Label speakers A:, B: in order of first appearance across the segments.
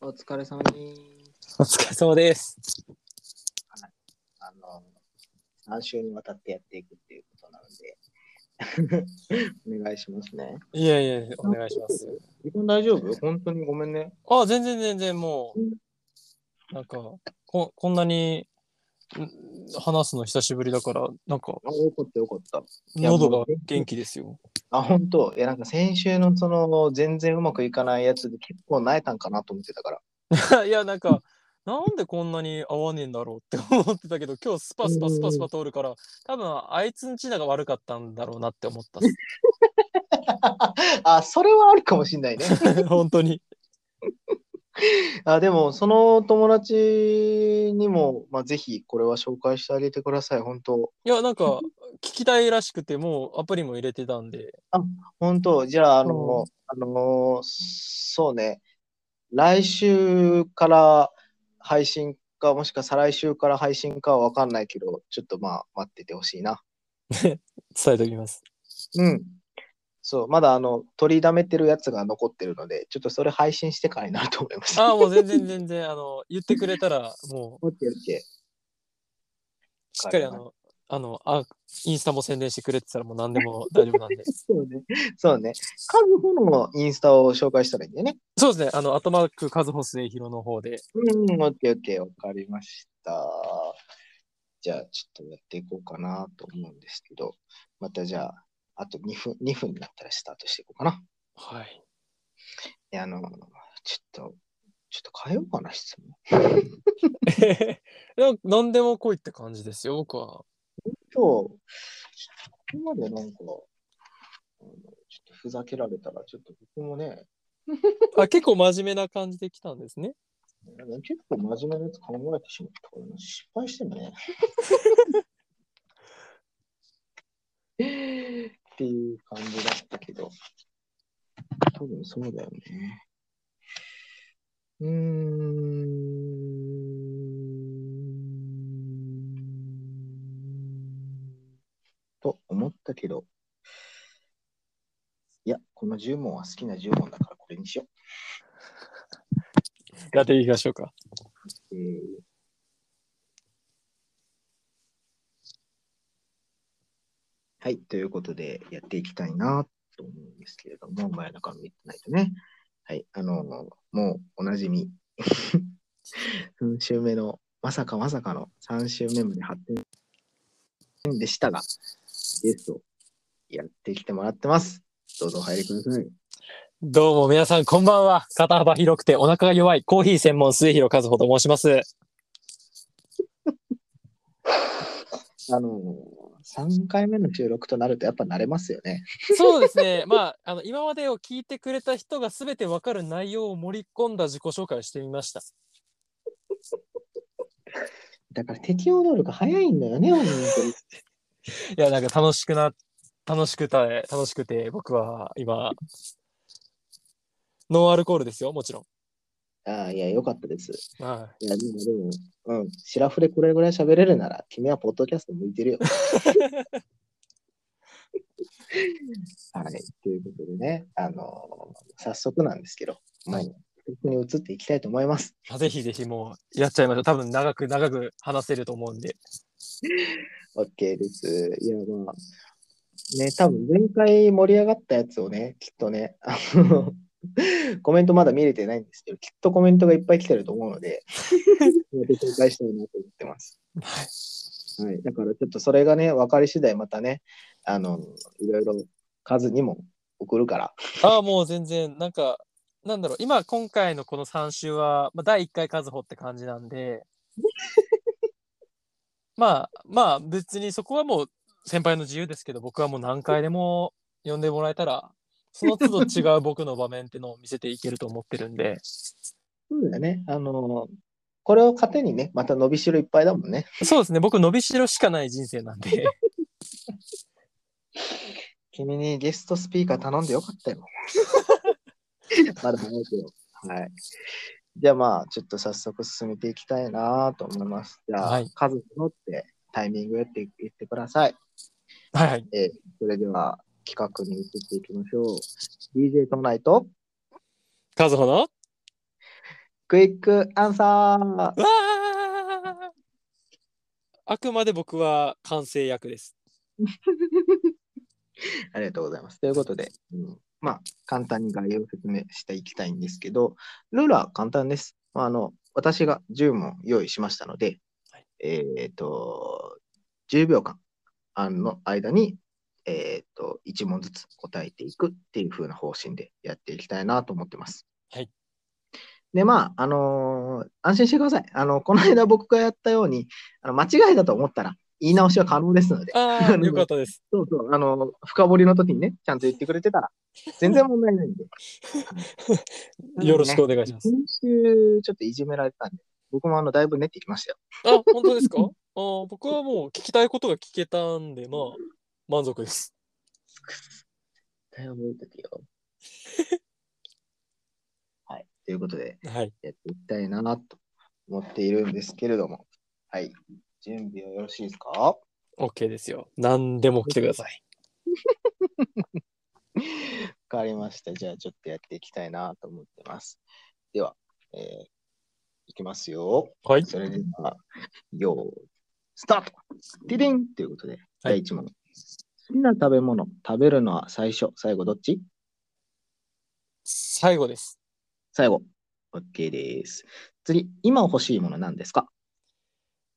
A: お疲れ様です。
B: お疲れ様です。
A: あの、3週にわたってやっていくっていうことなので、お 願いしますね。
B: いやいや、お願いします。
A: 時間大丈夫本当にごめんね。
B: あ、全然全然もう、なんか、ここんなにん話すの久しぶりだから、なんか、
A: あ、よかったよかった。や
B: 喉
A: も
B: が
A: う
B: 元気ですよ。
A: あ、本当いや、なんか先週のその、全然うまくいかないやつで結構慣えたんかなと思ってたから。
B: いや、なんか、なんでこんなに合わねえんだろうって思ってたけど、今日スパスパスパスパ通るから、多分あいつんちだが悪かったんだろうなって思ったっす。
A: あ、それはあるかもしんないね。
B: 本当に。
A: あ、でも、その友達にも、まあ、ぜひ、これは紹介してあげてください。本当
B: いや、なんか、聞きたいらしくて、もうアプリも入れてたんで、
A: 本当、じゃあ、あ
B: う
A: の、あのーそうね、来週から配信か、もしくは再来週から配信かは分かんないけど、ちょっとまあ、待っててほしいな。
B: 伝えておきます。
A: うん。そう、まだあの、取りだめてるやつが残ってるので、ちょっとそれ配信してからになると思います。
B: あ、もう全然全然、あの、言ってくれたら、もう、
A: オッケーオッケー
B: しっかりあの、あの、あ、インスタも宣伝してくれてたらもう何でも大丈夫なん で。
A: そうね。そうね。カズホのインスタを紹介したらいいんだよね。
B: そうですね、あの、頭く和穂末広の方で。
A: うん、オッケーオッケー、わかりました。じゃあ、ちょっとやっていこうかなと思うんですけど、またじゃあ、あと2分、2分になったらスタートしていこうかな。
B: はい。
A: で、あの、ちょっと、ちょっと変えようかな、質問。
B: なん何でも来いって感じですよ、僕は。
A: 今日、ちょっとここまでなんか、あのちょっとふざけられたら、ちょっと僕もね、
B: あ、結構真面目な感じで来たんですね。
A: 結構真面目なやつ考えてしまったからな失敗してもね。っていう感じだったけど、多分そうだよね。うーん。と思ったけど、いや、この10問は好きな10問だからこれにしよう。
B: やっていきましょうか。
A: えーはい、ということでやっていきたいなと思うんですけれども、前中見てないとね。はい、あの、もうおなじみ、3週目の、まさかまさかの3週目まで発展でしたが、ゲストやってきてもらってます。どうぞお入りください。
B: どうも皆さん、こんばんは。肩幅広くてお腹が弱いコーヒー専門末広和穂と申します。
A: あの、3回目の収録となるとやっぱ慣れますよね。
B: そうですね。 まあ、あの、今までを聞いてくれた人が全てわかる内容を盛り込んだ自己紹介をしてみました。
A: だから適応能力早いんだよ ね、本当に。
B: いや、なんか楽しくな、楽しくた、楽しくて、僕は今、ノンアルコールですよ、もちろ
A: ああ、いや、よかったです。
B: ん。はい
A: や、でも、でも、うん、シラフでこれぐらい喋れるなら、君はポッドキャスト向い てるよ。はい、ということでね、あの早速なんですけど、もう、
B: はい
A: ここに移っていきたいと思います。
B: い。ぜひぜひもう、やっちゃいましょう。多分長く長く話せると思うんで。
A: OK です。いや、まあ、ね、多分前回盛り上がったやつをね、きっとね、あの、 コメントまだ見れてないんですけど、きっとコメントがいっぱい来てると思うの で、紹介したいなと思ってます。
B: はい。
A: はい。だからちょっとそれがね、分かり次第またね、あの、いろいろ数にも送るから。
B: ああ、もう全然、なんか、なんだろう、今、今回のこの3週は、まあ、第1回和穂って感じなんで、まあ、まあ、別にそこはもう、先輩の自由ですけど、僕はもう何回でも呼んでもらえたら、その都度違う僕の場面ってのを見せていけると思ってるんで、
A: そうだよね。あの、これを糧にね、また伸びしろいっぱいだもんね。
B: そうですね、僕、伸びしろしかない人生なんで、
A: 君にゲストスピーカー頼んでよかったよ。 まだ早いけど。はい。じゃあまあ、ちょっと早速進めていきたいなと思います。じゃあ、
B: はい
A: 数に乗ってタイミングやっていってください。
B: はいはい、
A: えーそれでは企画に移っていきましょう。DJ トナイト、
B: 和穂の
A: クイックアンサー
B: わーあくまで僕は完成役です。
A: ありがとうございます。ということで、うんまあ、簡単に概要を説明していきたいんですけど、ルールは簡単です。まあ、あの私が10問用意しましたので、
B: はい
A: えっと、10秒間あの間に、えっと1問ずつ答えていくっていう風な方針でやっていきたいなと思ってます。
B: はい
A: で、まあ、あのー安心してください。あの、この間僕がやったように、あの間違いだと思ったら、言い直しは可能ですので、
B: ああ、よかったです。
A: そうそう、あの、深掘りの時にね、ちゃんと言ってくれてたら、全然問題ないん で。はい
B: よろしくお願いします。
A: 先週、ちょっといじめられたんで、僕もあの、だいぶ寝てきましたよ。
B: あ、本当ですかあー僕はもう聞きたいことが聞けたんで、まあ、満足です。
A: だいぶ寝てきよ。 はい。ということで、
B: はい。
A: やっていきたいなと思っているんですけれども、はい。準備はよろしいですか
B: OK ですよ。何でも来てください。
A: わかりました。じゃあ、ちょっとやっていきたいなと思ってます。では、えー、いきますよ。
B: はい。
A: それでは、よー、スタートディデンということで、第1問。好きな食べ物、食べるのは最初、最後どっち
B: 最後です。
A: 最後。OK です。次、今欲しいもの何ですか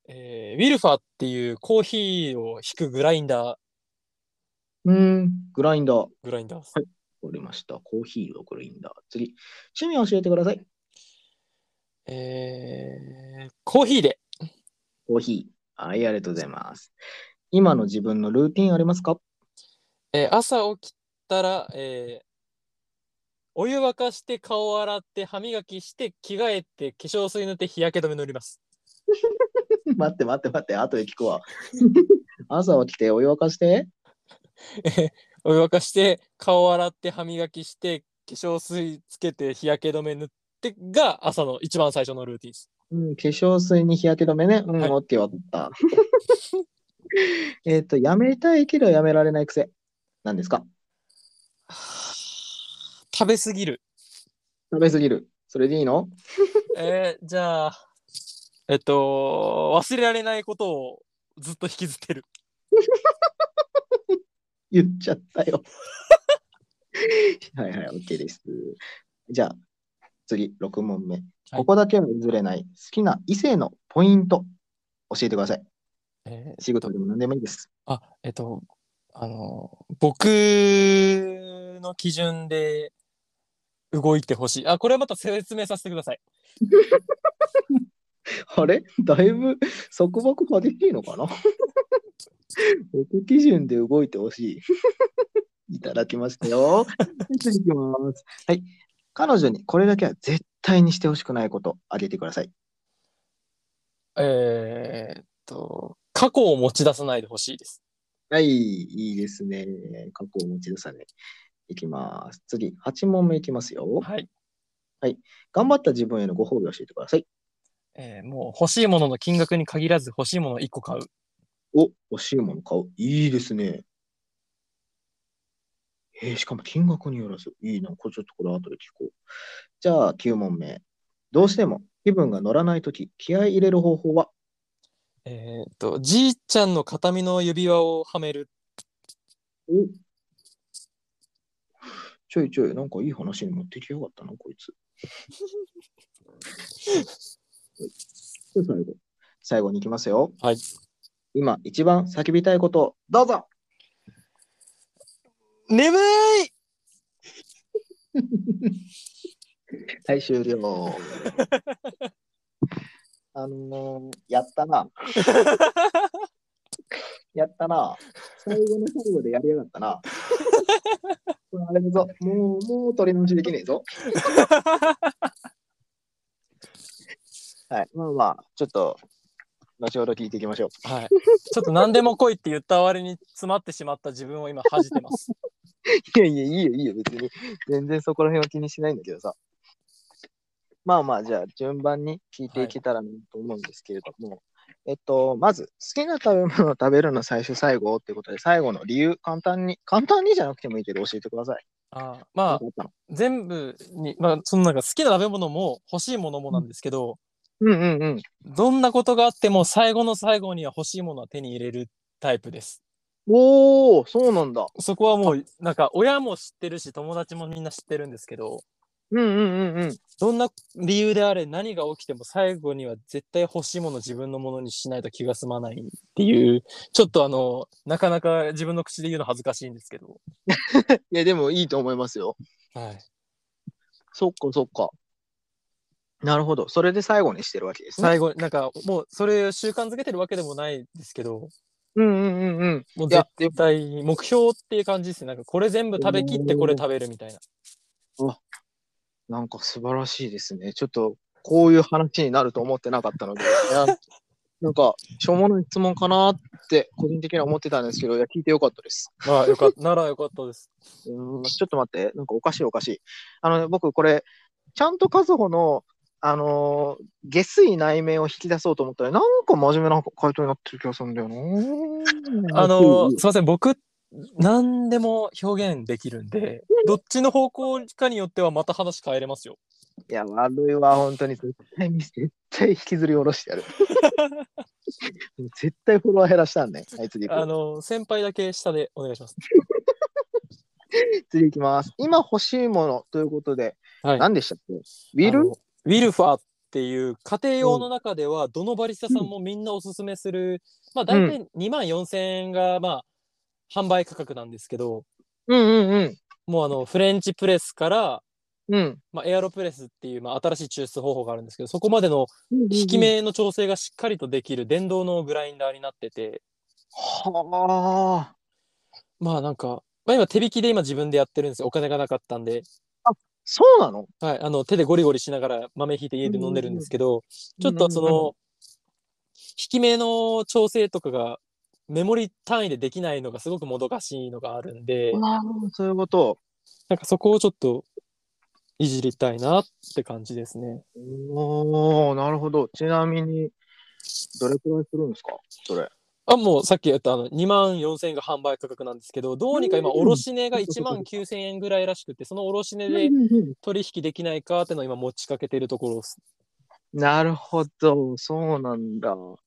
B: えーウィルファっていうコーヒーを引くグラインダー、
A: うーん、グラインダー。わ
B: グラインダーです。
A: はいかりました。コーヒーをグラインダー。次、趣味教えてください。
B: えーコーヒーで。
A: コーヒー。はい、ありがとうございます。今の自分のルーティンありますか
B: えー朝起きたら、えーお湯沸かして顔洗って歯磨きして着替えて化粧水塗って日焼け止め塗ります。
A: 待って待って待って、後で聞くわ。 朝起きてお湯沸かして。
B: えーお湯沸かして顔洗って歯磨きして化粧水つけて日焼け止め塗ってが朝の一番最初のルーティンです。
A: うん、化粧水に日焼け止めね。うん、
B: はい
A: オッケー、わかった。 えっと、やめたいけどやめられない癖。何ですか
B: はあ 食べ過ぎる。
A: 食べすぎる。それでいいの
B: えーじゃあ、えっと、忘れられないことをずっと引きずってる。
A: 言っちゃったよ。 はいはい、オッケーです。じゃあ、次、6問目。ここだけは譲れない、好きな異性のポイント、教えてください。
B: え
A: 仕事でも何でもいいです。
B: あ、えっと、あの、僕の基準で動いてほしい。あ、これはまた説明させてください。
A: あれだいぶ束縛ができるのかな僕基準で動いてほしい。いただきましたよ。次いきます。はい。彼女にこれだけは絶対にしてほしくないこと、あげてください。
B: えーっと、過去を持ち出さないでほしいです。
A: はい、いいですね。過去を持ち出さない。いきます。次、8問目いきますよ。
B: はい。
A: 頑張った自分へのご褒美を教えてください。
B: えーもう欲しいものの金額に限らず欲しいものを1個買う。
A: お、欲しいもの買う。いいですね。えーしかも金額によらず。いいな。これちょっとこれ後で聞こう。じゃあ、9問目。どうしても気分が乗らないとき、気合い入れる方法は
B: えーっと、じいちゃんの形見の指輪をはめる。
A: おちょいちょい、なんかいい話に持ってきやがったな、こい つ。で最後。最後に行きますよ。
B: はい。
A: 今、一番叫びたいこと、どうぞ
B: 眠い
A: はい、終了。 あのー、やったな。 やったな。最後の最後でやりやがったな。これあれだぞ。もう、もう取り直しできねえ ぞ。はい、まあまあ、ちょっと、後ほど聞いていきましょう。
B: はい。ちょっと何でも来いって言った割に詰まってしまった自分を今恥じてます。
A: いやいや、いいよ、いいよ、別に。全然そこら辺は気にしないんだけどさ。まあまあ、じゃあ、順番に聞いていけたらなと思うんですけれども、えっと、まず、好きな食べ物を食べるの最初、最後ってことで、最後の理由、簡単に、簡単にじゃなくてもいいけど、教えてください。
B: あーま
A: わ
B: あ
A: かった
B: 全部に、まあ、そのなんか好きな食べ物も欲しいものもなんですけど、
A: うんうんうん。
B: どんなことがあっても最後の最後には欲しいものは手に入れるタイプです。
A: おお、そうなんだ。
B: そこはもうなんか親も知ってるし友達もみんな知ってるんですけど
A: うんうんうんうん。
B: どんな理由であれ何が起きても最後には絶対欲しいもの自分のものにしないと気が済まないっていうちょっとあのなかなか自分の口で言うの恥ずかしいんですけど、
A: いや、でもいいと思いますよ。
B: はい、
A: そっかそっか。なるほど。それで最後にしてるわけですね。
B: 最後なんかもうそれ習慣づけてるわけでもないですけど
A: うんうんうんうん。
B: もう
A: いや
B: 絶対に目標っていう感じですねなんかこれ全部食べきってこれ食べるみたいな
A: なんか素晴らしいですね。ちょっとこういう話になると思ってなかったので、い やなんかしょうもない質問かなって個人的には思ってたんですけど、いや聞いてよかったです。
B: あよかった ならよかったです
A: うーんちょっと待って、なんかおかしいおかしい。あのね、僕これ、ちゃんと和穂の、あのー下水内面を引き出そうと思ったら、なんか真面目な回答になってる気がするんだよな。
B: あの
A: うん
B: すいません僕何でも表現できるんでどっちの方向かによってはまた話変えれますよ
A: いや、悪いわ、本当に。絶対に、絶対引きずり下ろしてや る。絶対フォロワー減らしたんね。はい、次行こう
B: あの先輩だけ下でお願いします
A: 次行きます。今欲しいものということで、
B: はい
A: 何でしたっけウィ
B: あ
A: ル
B: のウィルファーっていう家庭用の中ではどのバリスタさんもみんなおすすめする、まあ大体2万4000円がまあ販売価格なんですけど
A: うんうんうん。
B: もうあのフレンチプレスから、
A: うん。
B: まあ、エアロプレスっていうまあ新しい抽出方法があるんですけどそこまでの効き
A: 目。
B: 目の調整がしっかりとできる電動のグラインダーになってて
A: はあ。
B: まあなんか、まあ、今手引きで今自分でやってるんですよお金がなかったんで、
A: そうなの
B: はい、あの手でゴリゴリしながら豆引いて家で飲んでるんですけど、ちょっとそ
A: うんうんうん
B: の、引き目の調整とかがメモリ単位でできないのがすごくもどかしいのがあるんで、
A: あーそういうこと。
B: なんかそこをちょっといじりたいなって感じですね。
A: おー、なるほど。ちなみに、どれくらいするんですかそれ。
B: あ、もうさっき言ったあの2万4000円が販売価格なんですけど、どうにか今
A: うん
B: 卸値が1万9000円ぐらいらしくて、その卸値で取引できないかってのを今持ちかけてるところです。
A: なるほど。そうなんだ。そ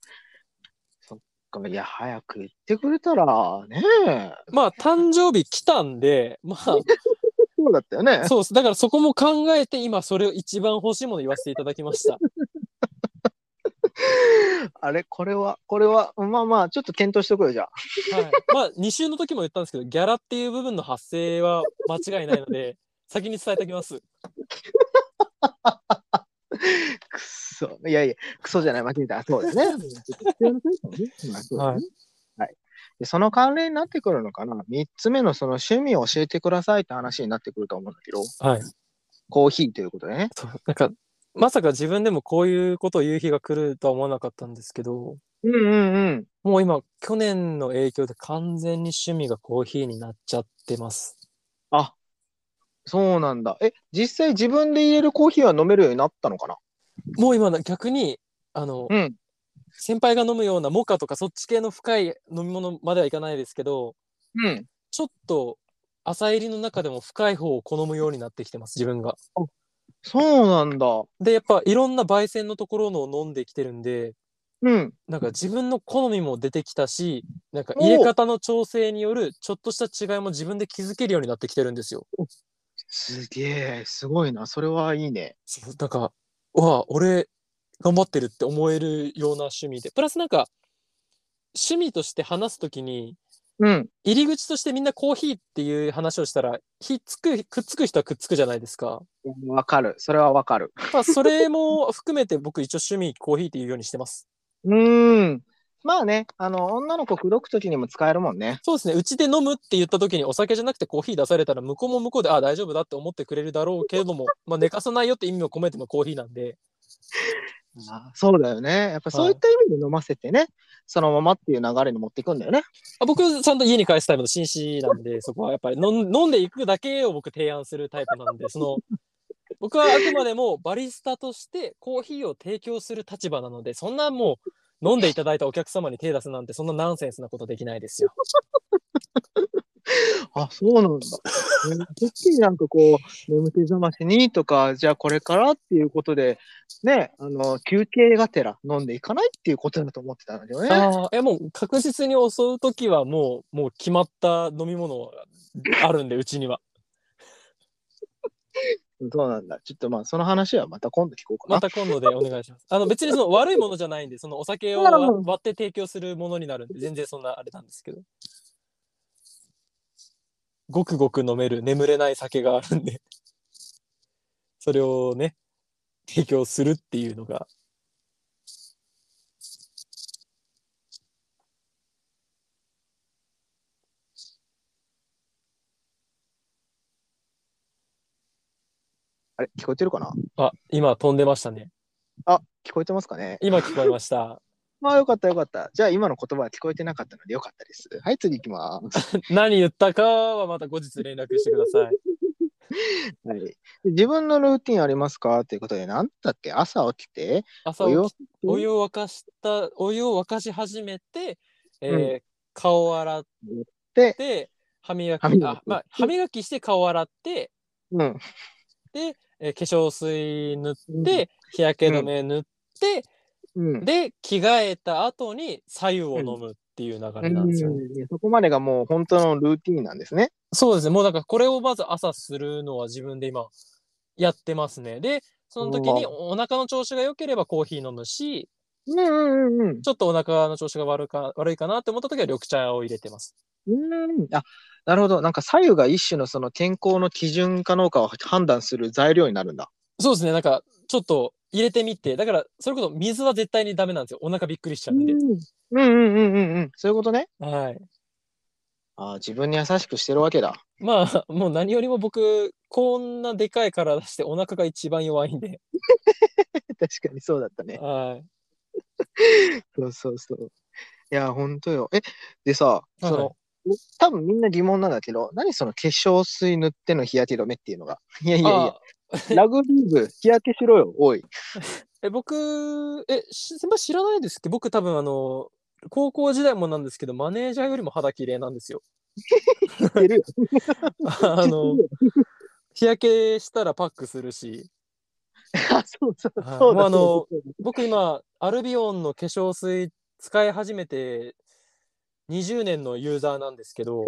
A: っか。いや、早く言ってくれたら、ねえ。
B: ま あ誕生日来たんで、まあ
A: そうだったよね。
B: そうです。だからそこも考えて、今それを一番欲しいもの言わせていただきました。
A: あれこれは、これは、まあまあ、ちょっと検討しとこうよ、じゃあ。
B: はい、まあ、2週の時も言ったんですけど、ギャラっていう部分の発生は間違いないの で、先に伝えておきます。
A: くそ。いやいや、くそじゃない、間違えた。そうですね。
B: はい
A: はいでその関連になってくるのかな3つ目のその趣味を教えてくださいって話になってくると思うんだけど、
B: はい。
A: コーヒーということでね。
B: そうなんか、まさか自分でもこういうことを言う日が来るとは思わなかったんですけど、
A: うんうんうん。
B: もう今、去年の影響で完全に趣味がコーヒーになっちゃってます。
A: あそうなんだ。え、実際自分で入れるコーヒーは飲めるようになったのかな
B: もう今な、逆に、あの、
A: うん。
B: 先輩が飲むようなモカとかそっち系の深い飲み物まではいかないですけど、
A: うん。
B: ちょっと朝入りの中でも深い方を好むようになってきてます自分が。
A: そうなんだ。
B: でやっぱいろんな焙煎のところのを飲んできてるんで
A: うん。
B: なんか自分の好みも出てきたしなんか
A: お
B: 入れ方の調整によるちょっとした違いも自分で気づけるようになってきてるんですよ。
A: すげえ、すごいな。それはいいね。
B: そうなんかうわ俺頑張ってるって思えるような趣味でプラスなんか趣味として話す時に
A: うん。
B: 入り口としてみんなコーヒーっていう話をしたらひっつくくっつく人はくっつくじゃないですか。
A: わかる。それはわかる。
B: まあ、それも含めて僕一応趣味コーヒーっていうようにしてます。
A: うーん。まあね、あの、女の子口説くときにも使えるもんね。
B: そうですね。うちで飲むって言った時にお酒じゃなくてコーヒー出されたら向こうも向こうで、あ大丈夫だって思ってくれるだろうけれども、まあ寝かさないよって意味を込めてのコーヒーなんで、
A: あそうだよね。やっぱそういった意味で飲ませてね、そのままっていう流れに持っていくんだよね。
B: あ僕ちゃんと家に帰すタイプの紳士なんで、そこはやっぱり飲ん飲 んでいくだけを僕提案するタイプなんで、その、僕はあくまでもバリスタとしてコーヒーを提供する立場なので、そんなもう飲んでいただいたお客様に手出すなんてそんなナンセンスなことできないですよ。
A: あ、 そうなんだ。特になんかこう、眠気覚ましにとか、じゃあこれからっていうことで、ね、あの、休憩がてら飲んでいかないっていうことだと思ってたんだけどね。
B: ああ、いやもう確実に襲うときはもう、もう決まった飲み物あるんで、うちには。
A: そうなんだ。ちょっとまあ、その話はまた今度聞こうかな。
B: また今度でお願いします。あの別にその悪いものじゃないんで、そのお酒を割割って提供するものになるんで、全然そんなあれなんですけど。ごくごく飲める眠れない酒があるんで、それをね、提供するっていうのが。
A: あれ、聞こえてるかな
B: あ、今飛んでましたね。
A: あ、聞こえてますかね
B: 今聞こえました。
A: まあ、よかったよかった。じゃあ今の言葉は聞こえてなかったのでよかったです。はい、次行き ます。
B: 何言ったかはまた後日連絡してください。
A: はい、で自分のルーティンありますかということで、なんだっけ朝起きて、
B: 朝
A: お
B: 起
A: 湯
B: き
A: を
B: お湯を沸かしたお湯を沸かし始めて、えー顔を洗っ
A: で、
B: て歯磨き
A: 歯磨き
B: あまあ、歯磨きして顔を洗って、
A: うん。
B: えー化粧水塗って日焼け止め塗って、
A: うん。
B: で着替えた後に左右を飲むっていう流れなんですよね、
A: うんそこまでがもう本当のルーティンなんですね。
B: そうですねもうなんかこれをまず朝するのは自分で今やってますねでその時に
A: う
B: お腹の調子が良ければコーヒー飲むし
A: うんうんうんうん。
B: ちょっとお腹の調子が悪か悪いかなって思った時は緑茶を入れてます
A: うんあなるほど。なんか左右が一種のその健康の基準かどうかを判断する材料になるんだ。
B: そうですね、なんかちょっと入れてみて、だからそれこそ水は絶対にダメなんですよ。お腹びっくりしちゃうんで。
A: うんうんうんうんうん。そういうことね。
B: はい。
A: あー自分に優しくしてるわけだ。
B: まあ、もう何よりも僕、こんなでかい体してお腹が一番弱いんで。
A: 確かにそうだったね。
B: はい。
A: そうそうそう。いや、ほんとよ。え、でさ、その、
B: はい
A: 多分みんな疑問なんだけど、何その化粧水塗っての日焼け止めっていうのが。いやいやいや
B: あ、
A: ラグビー部、日焼けしろよ、おい。
B: え、僕、え、し先輩知らないですって、僕多分あの、高校時代もなんですけど、マネージャーよりも肌綺麗なんですよ。
A: 知って るよ。
B: あの、日焼けしたらパックするし、
A: あ、そうそう、
B: はい
A: そう
B: もうあ
A: だ。
B: の
A: そうだ
B: 僕今、アルビオンの化粧水使い始めて20年のユーザーなんですけど、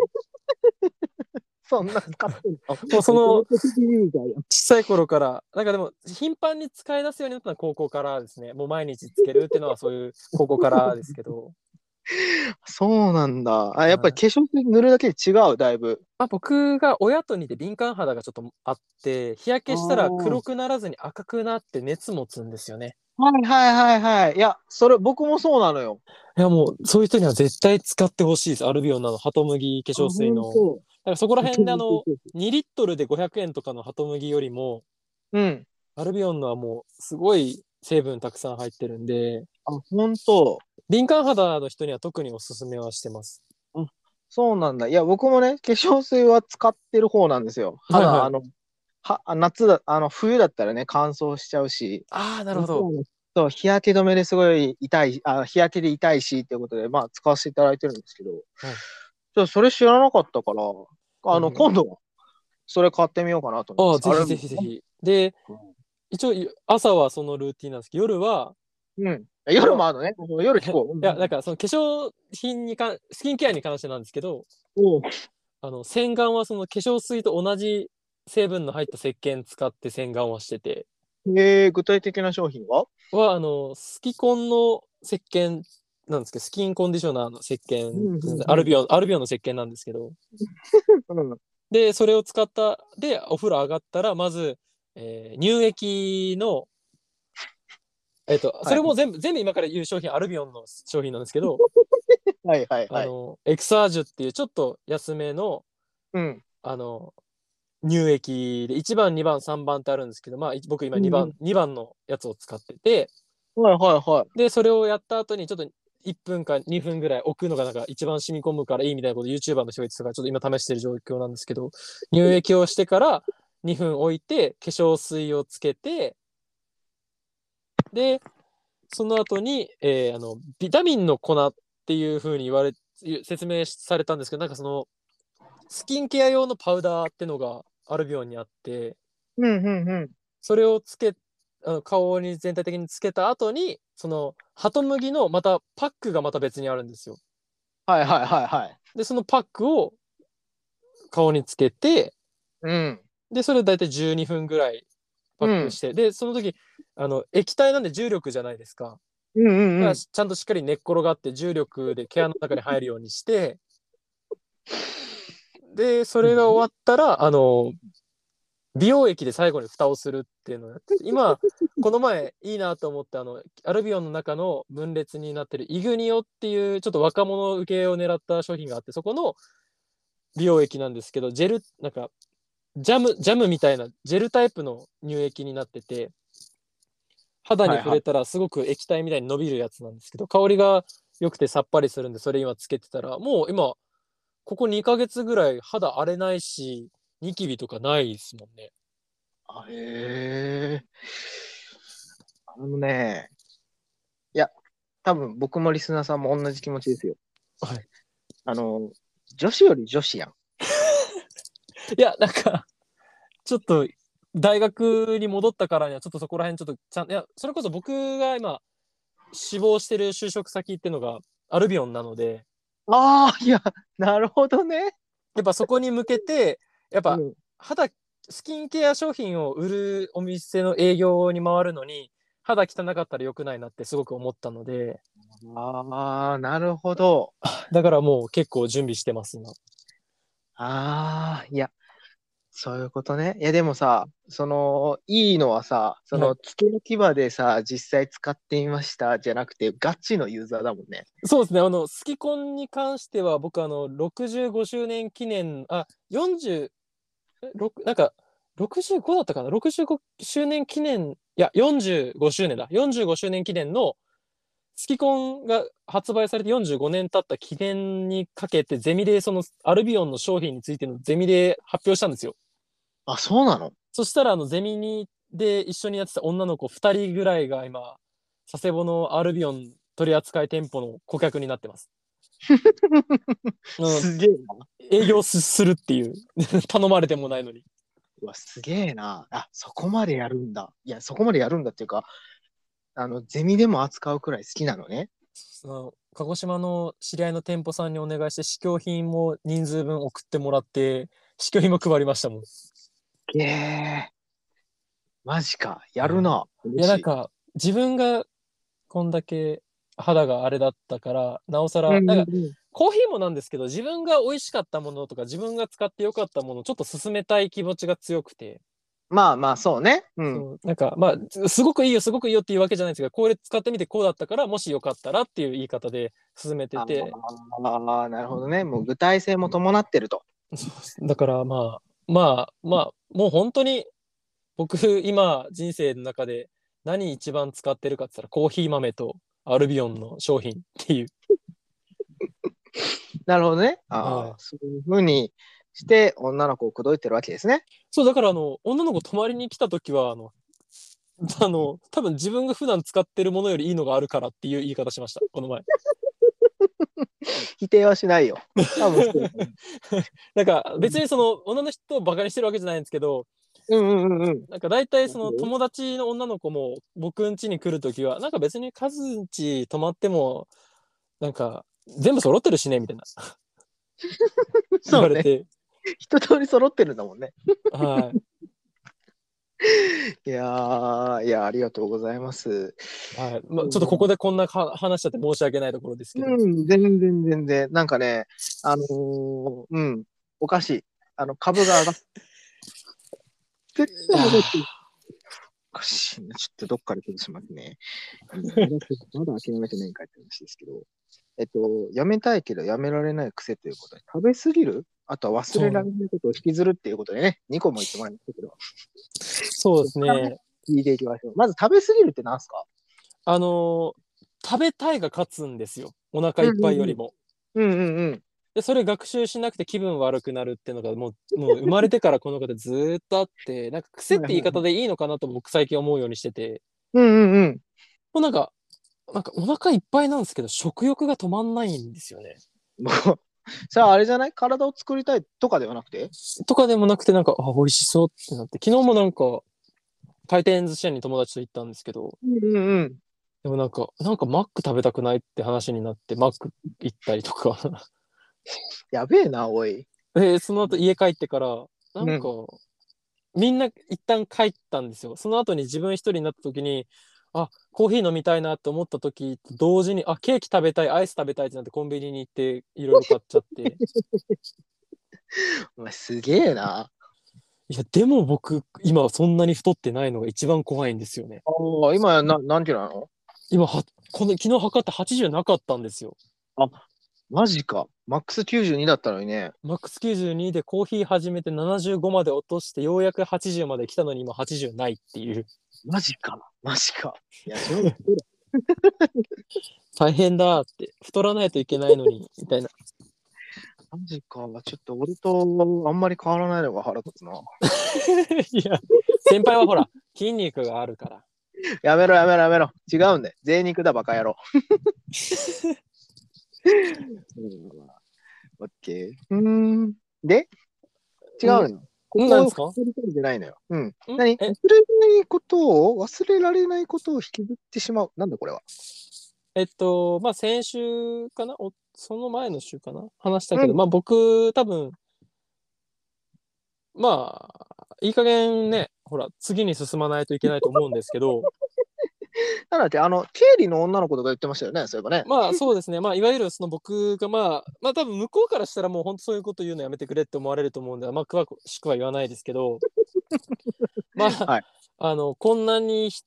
A: そんな使ってんの
B: もうその、
A: みたいな
B: 小さい頃から、なんかでも、頻繁に使い出すようになったのは高校からですね。もう毎日つけるっていうのはそういう高校からですけど。
A: そうなんだ。あ、やっぱり
B: は
A: 化粧水塗るだけで違う、だいぶ。
B: まあ、僕が親と似て敏感肌がちょっとあって、日焼けしたら黒くならずに赤くなって熱持つんですよね。
A: はいはいはいはい。いや、それ、僕もそうなのよ。
B: いやもう、そういう人には絶対使ってほしいです。アルビオンなの、ハトムギ化粧水の。だからそこら辺であ の、2リットルで500円とかのハトムギよりも、
A: うん。
B: アルビオンのはもう、すごい成分たくさん入ってるんで、
A: あ、ほんと。
B: 敏感肌の人には特におすすめはしてます。
A: そうなんだ。いや、僕もね、化粧水は使ってる方なんですよ。ただ、
B: はいはい
A: あの、はあ夏だ、あの、冬だったらね、乾燥しちゃうし、
B: ああ、
A: な
B: なるほど。。
A: そう、日焼け止めですごい痛い、あ、日焼けで痛いし、ってことで、まあ、使わせていただいてるんですけど、ちょそれ知らなかったから、あの、
B: うん
A: 今度は、それ買ってみようかなと
B: あ
A: 思
B: あ、
A: って
B: ぜ
A: ます。
B: ひぜひぜひ。で
A: うん、
B: 一応、朝はそのルーティンなんですけど、夜は、
A: ひ。うん。夜もあるのね。夜聞こう。
B: いや、なんかその化粧品に関、スキンケアに関してなんですけど、
A: おう
B: あの、洗顔はその化粧水と同じ成分の入った石鹸使って洗顔はしてて、
A: えー、具体的な商品は
B: は、あの、スキコンの石鹸なんですけど、スキンコンディショナーの石鹸
A: うんうんうん、
B: アルビオン、アルビオンの石鹸なんですけど、
A: うん。
B: で、それを使った、で、お風呂上がったら、まず、えー乳液の、えっ、と、
A: い
B: それも全部、全部今から言う商品、アルビオンの商品なんですけど、
A: はいはい は
B: あ
A: い。
B: の、エクサージュっていうちょっと安めの、
A: うん。
B: あの、乳液で1番、2番、3番ってあるんですけど、まあ、い僕今2
A: うん
B: 番、二番のやつを使ってて、
A: はいはいはい。
B: で、それをやった後に、ちょっと1分か2分ぐらい置くのがなんか一番染み込むからいいみたいなこと YouTuber の人が言ってたから、ちょっと今試してる状況なんですけど、乳液をしてから2分置いて、化粧水をつけて、で、その後に、えーあの、ビタミンの粉っていう風に言われ、説明されたんですけど、なんかその、スキンケア用のパウダーってのがアルビオンにあって
A: うんうんうん。
B: それをつけあの顔に全体的につけた後にそのハトムギのまたパックがまた別にあるんですよ。
A: はいはいはいはい。
B: でそのパックを顔につけて
A: うん。
B: でそれを大体12分ぐらいパックして、でその時あの液体なんで重力じゃないですか。
A: うんうん
B: だか
A: う
B: ら
A: ん。
B: ちゃんとしっかり寝っ転がって重力で毛穴の中に入るようにしてでそれが終わったらあの美容液で最後に蓋をするっていうのをやって今この前いいなと思ってあのアルビオンの中の分裂になってるイグニオっていうちょっと若者受けを狙った商品があってそこの美容液なんですけどジェルなんかジャムジャムみたいなジェルタイプの乳液になってて肌に触れたらすごく液体みたいに伸びるやつなんですけど、香りが良くてさっぱりするんでそれ今つけてたらもう今ここ2ヶ月ぐらい肌荒れないしニキビとかないですもんね。
A: あへえ。あのね、いや、多分僕もリスナーさんも同じ気持ちですよ。
B: はい。
A: あの、女子より女子やん。
B: いやなんかちょっと大学に戻ったからにはちょっとそこら辺ちょっとちゃんいやそれこそ僕が今志望してる就職先っていうのがアルビオンなので
A: ああ、いや、なるほどね。
B: やっぱそこに向けてやっぱ
A: うん
B: 肌スキンケア商品を売るお店の営業に回るのに肌汚かったら良くないなってすごく思ったので
A: ああ、なるほど。
B: だからもう結構準備してます今
A: ああ、いや、そういうことね。いや、でもさ、その、いいのはさ、そ
B: は
A: の、付け抜き場でさ、実際使ってみましたじゃなくて、ガチのユーザーだもんね。
B: そうですねあのスキコンに関しては僕あの65周年記念あ40え6なんか65だったかな65周年記念いや45周年だ45周年記念のスキコンが発売されて45年経った記念にかけてゼミでそのアルビオンの商品についてのゼミで発表したんですよ。
A: あ、そうなの
B: そしたらあのゼミにで一緒にやってた女の子2人ぐらいが今佐世保のアルビオン取扱店舗の顧客になって ます。うん
A: すげえな。
B: 営業すするっていう 頼まれてもないのに。
A: うわ、すげえな。あ、そこまでやるんだ。いや、そこまでやるんだっていうか、あの、ゼミでも扱うくらい好きなのね。
B: その鹿児島の知り合いの店舗さんにお願いして試供品も人数分送ってもらって試供品も配りましたもん。
A: げえ。マジか。やるな。
B: いやなんか自分がこんだけ肌があれだったからなおさら、
A: 嬉しい、
B: なんか
A: うんうんうん
B: コーヒーもなんですけど自分が美味しかったものとか自分が使ってよかったものをちょっと勧めたい気持ちが強くて、
A: まあまあ、そうね。うん。
B: そうなんかまあすすごくいいよすごくいいよっていうわけじゃないんですがこれ使ってみてこうだったからもしよかったらっていう言い方で勧めて
A: あ
B: て
A: あー、なるほどね。もう具体性も伴ってると。
B: そうですだからまあまあまあもう本当に僕今人生の中で何一番使ってるかって言ったらコーヒー豆とアルビオンの商品っていう
A: なるほどね。ああ、
B: はい
A: そういうふうにして女の子を口説いてるわけですね。
B: そうだからあの女の子泊まりに来た時はあの あの多分自分が普段使ってるものよりいいのがあるからっていう言い方しましたこの前
A: 否定はしないよ。多分そうだ ね
B: なんか別にその女の人をバカにしてるわけじゃないんですけど
A: うんうんうんうん。
B: なんか大体その
A: うん
B: 友達の女の子も僕ん家に来る時はなんか別にカズん家泊まってもなんか全部揃ってるしねみた いな言
A: そ
B: わ
A: う
B: れ
A: ね。
B: て、
A: 一通り揃ってるんだもんね。
B: はい
A: いやー、いや、ありがとうございます。
B: はいまあ、ちょっとここでこんなは話しちゃって申し訳ないところですけど、
A: うん、全然全然。なんか ね、あのー、うん、おかしい。あの、株が上がっ絶対上がってるおかしいな。ちょっとどっかで崩しますね。うんまだまだ諦めてないかって話ですけど。えっと、やめたいけどやめられない癖ということで、食べ過ぎるあとは忘れられないことを引きずるっていうことでね、2個も言ってもらいましたけど、
B: そうですね
A: 聞いていきましょう。まず食べ過ぎるって何すか
B: あのー食べたいが勝つんですよお腹いっぱいよりも、
A: うんうんうん。
B: でそれ学習しなくて気分悪くなるっていうのがもうもう生まれてからこの方ずーっとあってなんか癖って言い方でいいのかなと僕最近思うようにしてて
A: うんうんうん。
B: もうなんかなんかお腹いっぱいなんですけど食欲が止まんないんですよね。
A: もう、それはあれじゃない体を作りたいとかではなくて
B: とかでもなくて、なんか、あ、美味しそうってなって、昨日もなんか、回転寿司屋に友達と行ったんですけど、
A: うんうん。
B: でもなんか、なんかマック食べたくないって話になって、マック行ったりとか。
A: やべえな、おい。
B: で、その後家帰ってから、なんか、みんな一旦帰ったんですよ。その後に自分一人になった時に、あ、コーヒー飲みたいなって思った時と同時に、あ、ケーキ食べたい、アイス食べたいってなってコンビニに行って、いろいろ買っちゃって。
A: お前すげえな。
B: いや、でも僕、今そんなに太ってないのが一番怖いんですよね。
A: ああ、今な、なんていうの
B: 今は、この、昨日測って80なかったんですよ。
A: マジか。マックス92だったのにね。
B: マックス92でコーヒー始めて75まで落として、ようやく80まで来たのに今80ないっていう。
A: マジか。マジか。いや、そ
B: 大変だって。太らないといけないのに、みたいな。
A: マジか。ちょっと俺とあんまり変わらないのが腹立つな。
B: いや、先輩はほら、筋肉があるから。
A: やめろやめろやめろ。違うんだよ。贅肉だ、バカ野郎。うんオッケー。うーん。で違うのよ。
B: うん
A: ここ
B: なんですか
A: 忘れてるんじゃないのよ。うん。
B: ん
A: 何忘れ
B: え
A: ないことを、忘れられないことを引きずってしまう。なんだこれは。
B: えっと、まあ、先週かなおその前の週かな話したけど、
A: う
B: まあ、僕、多分、まあ、いい加減ね、ほら、次に進まないといけないと思うんです けど、
A: なんだっけ、あの、経理の女の子とか言ってましたよね、そういえばね。
B: まあそうですね、まあ、いわゆるその僕が、まあ、まあ多分向こうからしたらもう本当そういうこと言うのやめてくれって思われると思うんで、まあ、詳しくは言わないですけど、まあ、
A: はい
B: あの、こんなにひ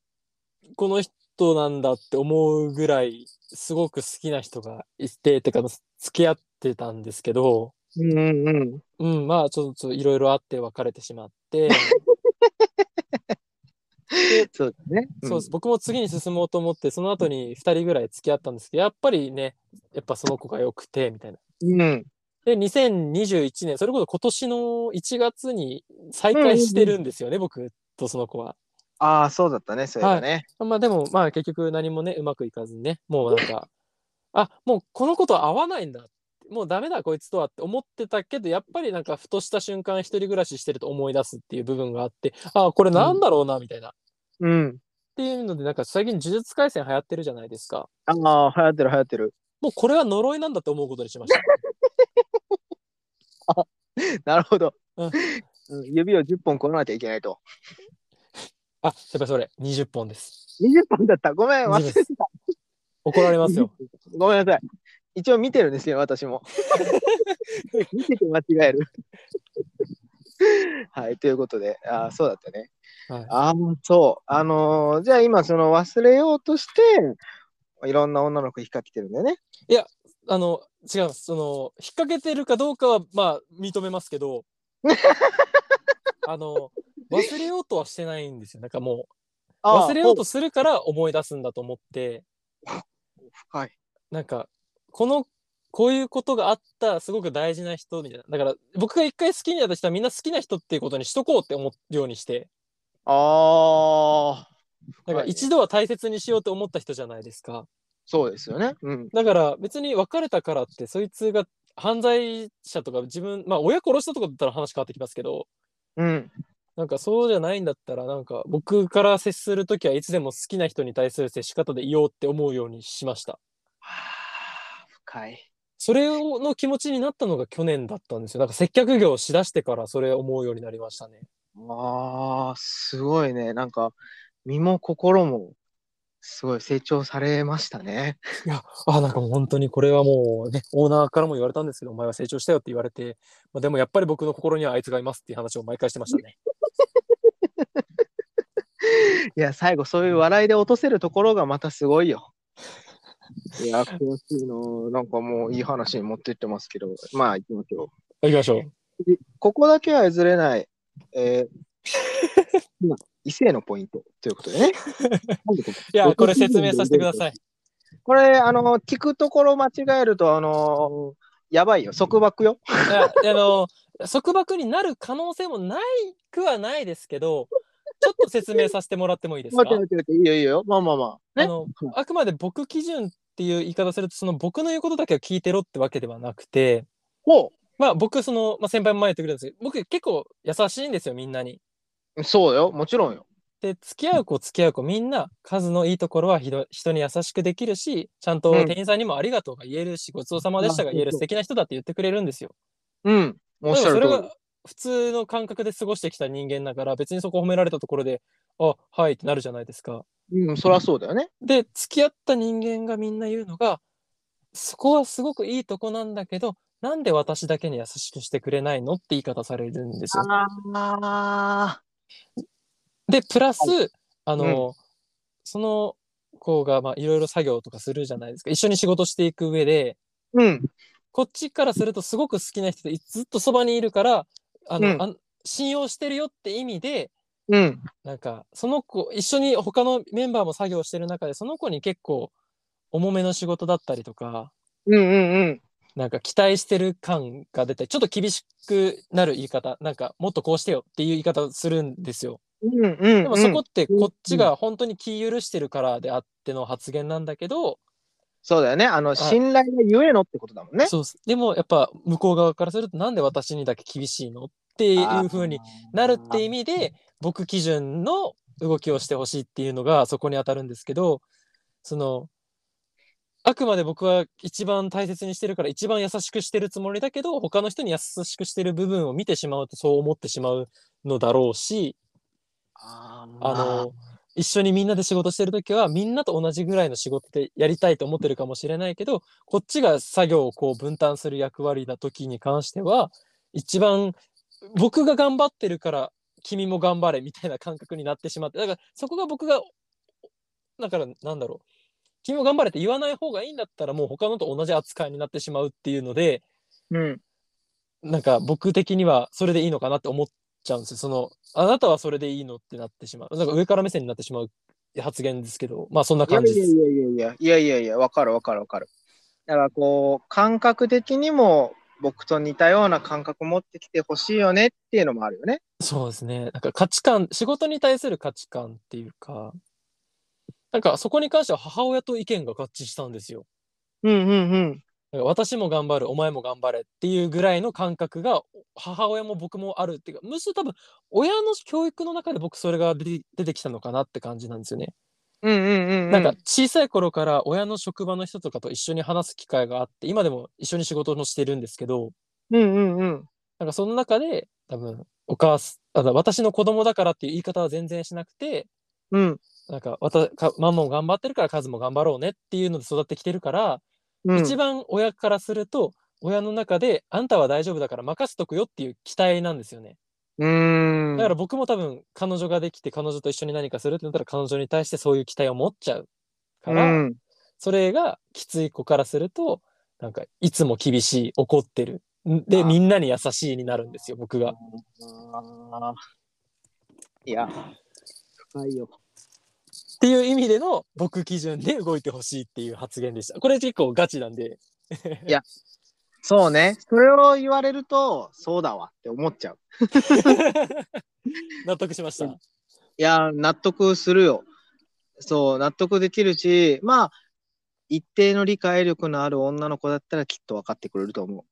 B: この人なんだって思うぐらい、すごく好きな人がいて、てか、付き合ってたんですけど、
A: うんうんうん。
B: うん、まあちょっといろいろあって別れてしまって、
A: そうだね。
B: そうです。僕も次に進もうと思って、その後に2人ぐらい付き合ったんですけど、やっぱりね、やっぱその子が良くて、みたいな。
A: うん。うん。
B: で、2021年、それこそ今年の1月に再会してるんですよね、僕とその子は。
A: ああ、そうだったね、そういえばね。
B: まあでも、まあ結局何もね、うまくいかずにね、もうなんか、あ、もうこの子とは合わないんだ。もうダメだ、こいつとはって思ってたけど、やっぱりなんかふとした瞬間、一人暮らししてると思い出すっていう部分があって、あ、これなんだろうな、みたいな。っ
A: うん。
B: ていうので、なんか最近呪術廻戦流行ってるじゃないですか。
A: ああ、流行ってる、流行ってる。
B: もうこれは呪いなんだって思うことにしました。
A: なるほど。
B: う
A: う
B: ん
A: ん指を10本こらなきゃいけないと。
B: あ、先輩それ、20本です。
A: 20本だった。ごめん、忘れてた。
B: 怒られますよ。
A: ごめんなさい。一応見てるんですよ、私 も。見てて間違える。 はい、ということで、あーそうだったね。
B: はい
A: ああ、そう。あのーじゃあ今、その忘れようとして、いろんな女の子引っ掛けてるんだよね。
B: あの、違います。その、引っ掛けてるかどうかは、まあ、認めますけど、あの、忘れようとはしてないんですよ。なんかもう、
A: あー
B: 忘れようとするから思い出すんだと思って、
A: お深い。
B: なんか、この、こういうことがあった、すごく大事な人みたいな。だから、僕が一回好きになった人はみんな好きな人っていうことにしとこうって思うようにして、
A: ああ、
B: だから
A: はい
B: 一度は大切にしようと思った人じゃないですか。
A: そうですよね。うん。
B: だから別に別れたからってそいつが犯罪者とか自分まあ親殺したとかだったら話変わってきますけど
A: うん。
B: なんかそうじゃないんだったらなんか僕から接するときはいつでも好きな人に対する接し方でいようって思うようにしました
A: はあ、深い。
B: それをの気持ちになったのが去年だったんですよなんか接客業をしだしてからそれ思うようになりましたね
A: ああ、すごいね。なんか、身も心も、すごい成長されました ね。
B: いやあなんかもう本当にこれはもうねオーナーからも言われたんですけどお前は成長したよって言われて、まあ、でもやっぱり僕の心にはあいつがいますっていう話を毎回してましたね
A: いや、最後、そういう笑いで落とせるところがまたすごいよ。いや、詳しいの、なんかもういい話に持ってってますけど、まあ、行きましょ
B: 行きましょう
A: う。ここだけは譲れない、 えーまあ異性のポイントということでね。
B: いやこれ説明させてください
A: これ、あの、聞くところ間違えると、あの、やばいよ、束縛よ。
B: いや あの束縛になる可能性もないくはないですけどちょっと説明させてもらってもいいですか
A: 待って待って待って、いいよいいよ。まあまあまあ。
B: あ
A: ね。
B: のあくまで僕基準っていう言い方するとその僕の言うことだけを聞いてろってわけではなくて
A: ほ
B: まあ僕、その、まあ、先輩も前言ってくれたんですけど、僕結構優しいんですよ、みんなに。
A: うそうよ、もちろんよ。
B: で、付き合う子、付き合う子、みんな、数のいいところはひど人に優しくできるし、ちゃんと
A: うん
B: 店員さんにもありがとうが言えるし、ごちそうさまでしたが言える素敵な人だって言ってくれるんですよ。
A: うん、おっしゃ
B: で
A: る
B: も
A: 通
B: それ
A: り。
B: が普通の感覚で過ごしてきた人間だから、別にそこ褒められたところで、あ、はいってなるじゃないですか。
A: うん、そりゃそうだよね。
B: で、付き合った人間がみんな言うのが、そこはすごくいいとこなんだけど、なんで私だけに優しくしてくれないのって言い方されるんですよ。
A: あ
B: で、プラス、あの、その子が、まあ、いろいろ作業とかするじゃないですか。一緒に仕事していく上で、
A: うん、
B: こっちからするとすごく好きな人でずっとそばにいるから、あの、
A: うん
B: あん信用してるよって意味で、
A: うん、
B: なんか、その子、一緒に他のメンバーも作業してる中で、その子に結構、重めの仕事だったりとか、
A: うん、うん、うん。
B: なんか期待してる感が出て、ちょっと厳しくなる言い方、なんかもっとこうしてよっていう言い方をするんですよ。
A: うんうん、
B: で
A: う
B: も
A: ん
B: そこってこっちが本当に気許してるからであっての発言なんだけど、
A: そうだよね。あの、信頼がゆえのってことだもんね。
B: そうっすでもやっぱ向こう側からするとなんで私にだけ厳しいのっていう風になるって意味で僕基準の動きをしてほしいっていうのがそこに当たるんですけどそのあくまで僕は一番大切にしてるから一番優しくしてるつもりだけど他の人に優しくしてる部分を見てしまうとそう思ってしまうのだろうし
A: あー
B: あの一緒にみんなで仕事してる時はみんなと同じぐらいの仕事でやりたいと思ってるかもしれないけどこっちが作業をこう分担する役割な時に関しては一番僕が頑張ってるから君も頑張れみたいな感覚になってしまってだからそこが僕がだからなんだろう君も頑張れって言わない方がいいんだったらもう他のと同じ扱いになってしまうっていうので
A: うん、
B: なんか僕的にはそれでいいのかなって思っちゃうんですよ。そのあなたはそれでいいのってなってしまう。なんか上から目線になってしまう発言ですけど、まあそんない
A: や
B: 感じです。
A: いやいやいやいやいやいやいや、わかるわかるわかる。だからこう、感覚的にも僕と似たような感覚持ってきてほしいよねっていうのもあるよね。
B: そうですね。なんか価値観、仕事に対する価値観っていうか、なんかそこに関しては母親と意見が合致したんですよ。
A: うんうんうん。
B: なんか私も頑張る、お前も頑張れっていうぐらいの感覚が母親も僕もあるっていうか、むしろ多分親の教育の中で僕それが出て出てきたのかなって感じなんですよね。
A: うんうんうん、うん。
B: なんか小さい頃から親の職場の人とかと一緒に話す機会があって今でも一緒に仕事もしてるんですけど
A: うんうんうん。
B: なんかその中で多分お母すあの私の子供だからっていう言い方は全然しなくて
A: うん
B: なんかわたかママも頑張ってるからカズも頑張ろうねっていうので育ってきてるから、
A: うん。
B: 一番親からすると親の中であんたは大丈夫だから任せとくよっていう期待なんですよね。
A: うーん。
B: だから僕も多分彼女ができて彼女と一緒に何かするってなったら彼女に対してそういう期待を持っちゃうから。
A: うん。
B: それがきつい子からすると、なんか、いつも厳しい、怒ってる。んで、
A: あ
B: みんなに優しいになるんですよ、僕が。
A: あーいや、
C: 深いよ。
B: っていう意味での、僕基準で動いてほしいっていう発言でした。これ結構ガチなんで。
A: そうね。それを言われると、そうだわって思っちゃう。
B: 納得しました。
A: いや、納得するよ。そう、納得できるし、まあ、一定の理解力のある女の子だったらきっと分かってくれると思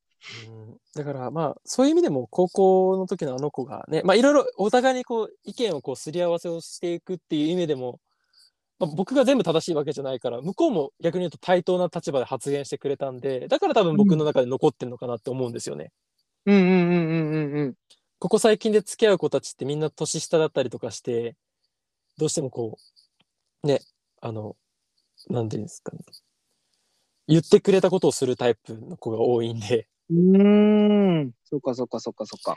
B: うんだからまあそういう意味でも高校の時のあの子がねまあいろいろお互いにこう意見をこうすり合わせをしていくっていう意味でも、まあ、僕が全部正しいわけじゃないから向こうも逆に言うと対等な立場で発言してくれたんでだから多分僕の中で残ってるのかなって思うんですよね。
A: う。うんうんうんうんうんうん。
B: ここ最近で付き合う子たちってみんな年下だったりとかしてどうしてもこうねあのなんていうんですかね言ってくれたことをするタイプの子が多いんで。
A: うーん。そっかそっかそっかそっか。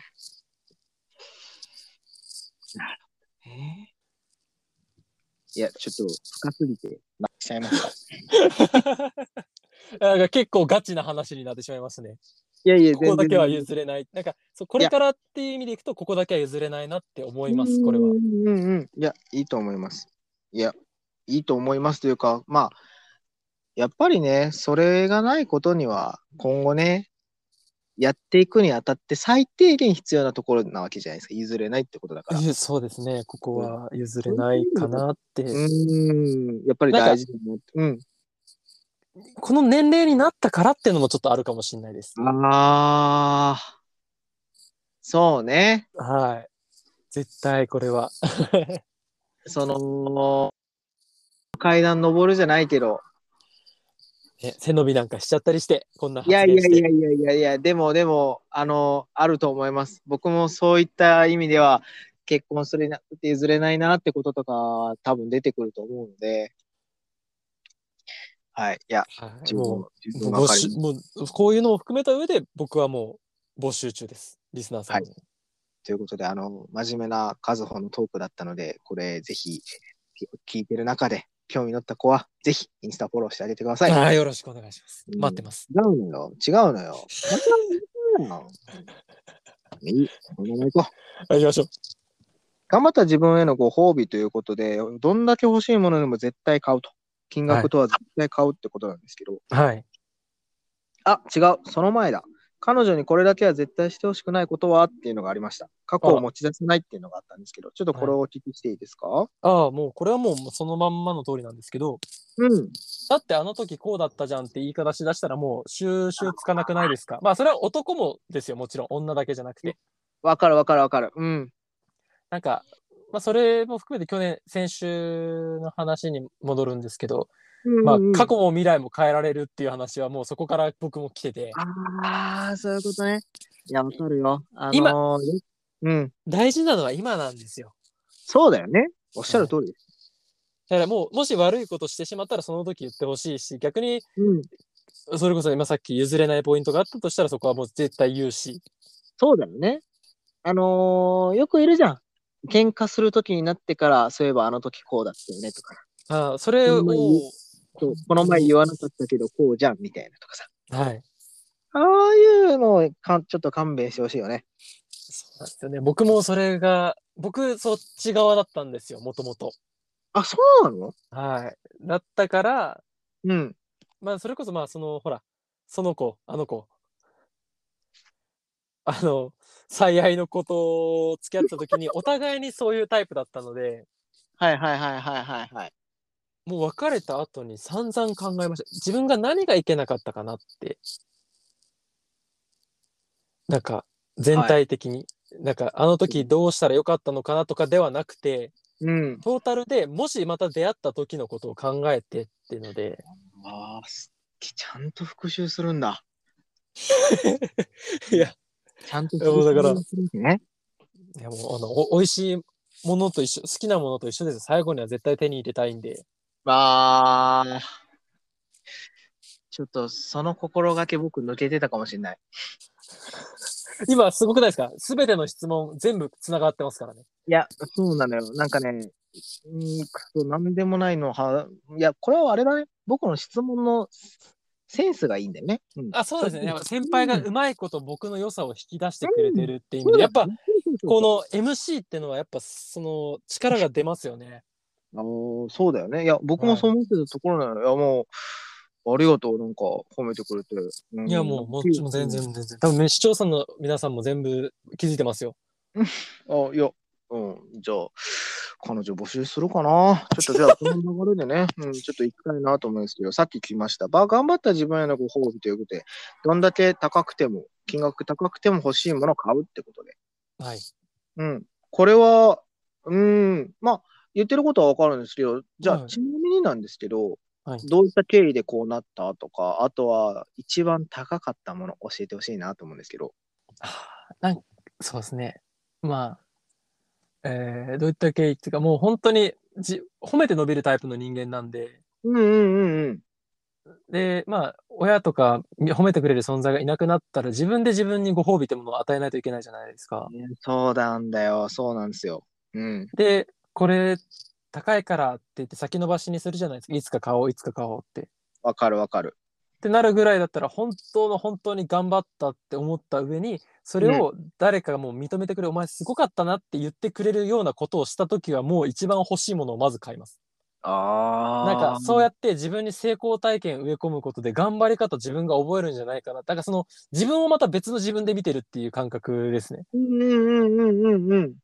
A: いや、ちょっと深すぎて、なっちゃいました。い
B: なんか結構ガチな話になってしまいますね。
A: や いや、
B: ここだけは
A: 全然
B: 譲れない。なんかそうこれからっていう意味でいくと、ここだけは譲れないなって思います、これ
A: う
B: は。
A: んうんうん。いや、いいと思います。いや、いいと思いますというか、まあ、やっぱりね、それがないことには、今後ね、やっていくにあたって最低限必要なところなわけじゃないですか。譲れないってことだから。う
B: いや そうですね、ここは譲れないかなって。
A: ーん、やっぱり大事だなって。うん。
B: この年齢になったからっていうのもちょっとあるかもしれないです。
A: ああ。そうね。
B: はい。絶対これは。
A: その、階段登るじゃないけど。
B: ね背伸びなんかしちゃったりして、こんない発
A: や
B: 言
A: い
B: して。
A: やいやいやいやいや、でもでも、あの、あると思います。僕もそういった意味では、結婚するなって譲れないなってこととか、多分出てくると思うので。はい。いや、
B: はい
D: 自
B: もう
D: 分、自分
B: 募
D: ばか
B: 集
D: り。
B: もうこういうのを含めた上で僕はもう募集中ですリスナーさんに、
A: ということで、あの、真面目な和穂のトークだったので、これぜひ、き聞いてる中で、興味のった子は、ぜひ、インスタフォローしてあげてください。
B: ああよろしくお願いします、
A: うん
B: 待ってます
A: 違うのよ。違うのよ。違うのよいい。このまま行こう。
B: はい行きましょう
A: 頑張った自分へのご褒美ということで、どんだけ欲しいものでも絶対買うと。金額とは絶対買うってことなんですけど、
B: はい
A: あ、違う、その前だ。彼女にこれだけは絶対してほしくないことはっていうのがありました。過去を持ち出せないっていうのがあったんですけど、ちょっとこれをお聞きしていいですか、
B: ああもうこれはもうそのまんまの通りなんですけど
A: うん。
B: だってあの時こうだったじゃんって言い方しだしたらもう収集つかなくないですかまあそれは男もですよもちろん女だけじゃなくて
A: わかるわかるわかる。うん。
B: なんか、まあ、それも含めて去年先週の話に戻るんですけど、まあ、過去も未来も変えられるっていう話はもうそこから僕も来てて、
A: ああ、そういうことね。いや、わかるよ。あのー
B: 今
A: うん。
B: 大事なのは今なんですよ。
A: そうだよね。おっしゃる通りです。
B: だからもう、もし悪いことしてしまったらその時言ってほしいし、逆に、
A: うん。
B: それこそ今さっき譲れないポイントがあったとしたらそこはもう絶対言うし。
A: そうだよね。あのーよくいるじゃん。喧嘩する時になってから、そういえばあの時こうだったよねとか。
B: ああそれを
A: ほんまに、そうこの前言わなかったけど、こうじゃんみたいなとかさ。
B: はい。
A: ああいうのをかんちょっと勘弁してほしいよね。
B: そうなんですよね。僕もそれが、僕そっち側だったんですよ、もともと。
A: あ、そうなの
B: はい。だったから、
A: うん。
B: まあそれこそまあその、ほら、その子、あの子。あの、最愛のことを付き合ってた時に、お互いにそういうタイプだったので、
A: はいはいはいはいはいはい。
B: もう別れた後に散々考えました。自分が何がいけなかったかなって。なんか、全体的に。なんか、あの時どうしたらよかったのかなとかではなくて、
A: うん。
B: トータルでもしまた出会った時のことを考えてっていうので、
A: ああ、すちゃんと復習するんだ。
B: いや、
A: ちゃんと
B: いやもうだから
A: 復習するんですね。
B: いやもう、あの、お美味しいものと一緒、好きなものと一緒です。最後には絶対手に入れたいんで。
A: まあ、ちょっとその心がけ僕抜けてたかもしれない。
B: 今、すごくないですかすべての質問、全部繋がってますからね。
A: いや、そうなのよ。なんかね、うんくそ、なんでもないのは、いや、これはあれだね。僕の質問のセンスがいいんだよね。うん、
B: あ、そうですね。やっぱ先輩がうまいこと僕の良さを引き出してくれてるって意
A: そ
B: 味
A: う
B: で、
A: だ
B: やっぱ
A: ね、
B: この MC ってのはやっぱその力が出ますよね。
A: あのーそうだよね。いや、僕もそう思ってたところなのよ。いや、もう、ありがとう、なんか褒めてくれて。うん
B: いやもうもちろん全然。全然。多分ね視聴者の皆さんも全部気づいてますよ。
A: あ、いや、うん、じゃあ、彼女募集するかな。ちょっとじゃあ、この流れでね、 うん、ちょっと行きたいなと思うんですけど、さっき聞きました。ば、頑張った自分へのご褒美ということで、どんだけ高くても、金額高くても欲しいものを買うってことで。
B: はい。
A: うん。これは、うん、まあ、言ってることはわかるんですけど、じゃあ、
B: はい
A: ちなみになんですけど、
B: はい
A: どういった経緯でこうなったとか、あとは、一番高かったもの教えてほしいなと思うんですけど。
B: なんそうですね。まあ、えーどういった経緯っていうかもう本当にじ褒めて伸びるタイプの人間なんで、
A: うんうんうんうん。
B: で、まあ、親とか褒めてくれる存在がいなくなったら自分で自分にご褒美ってものを与えないといけないじゃないですか。
A: ねそうなんだよ。そうなんですよ。うん。
B: で、これ高いからって言って先延ばしにするじゃないですか。いつか買おう、いつか買おうって。
A: わかるわかる。
B: ってなるぐらいだったら本当の本当に頑張ったって思った上にそれを誰かがもう認めてくれる、お前すごかったなって言ってくれるようなことをした時はもう一番欲しいものをまず買います
A: あ
B: なんかそう
A: や
B: やって自分に成功体験を植え込むことで頑張り方自分が覚えるんじゃないかなだからその自分をまた別の自分で見てるっていう感覚ですね
A: うんうんうんうんうん。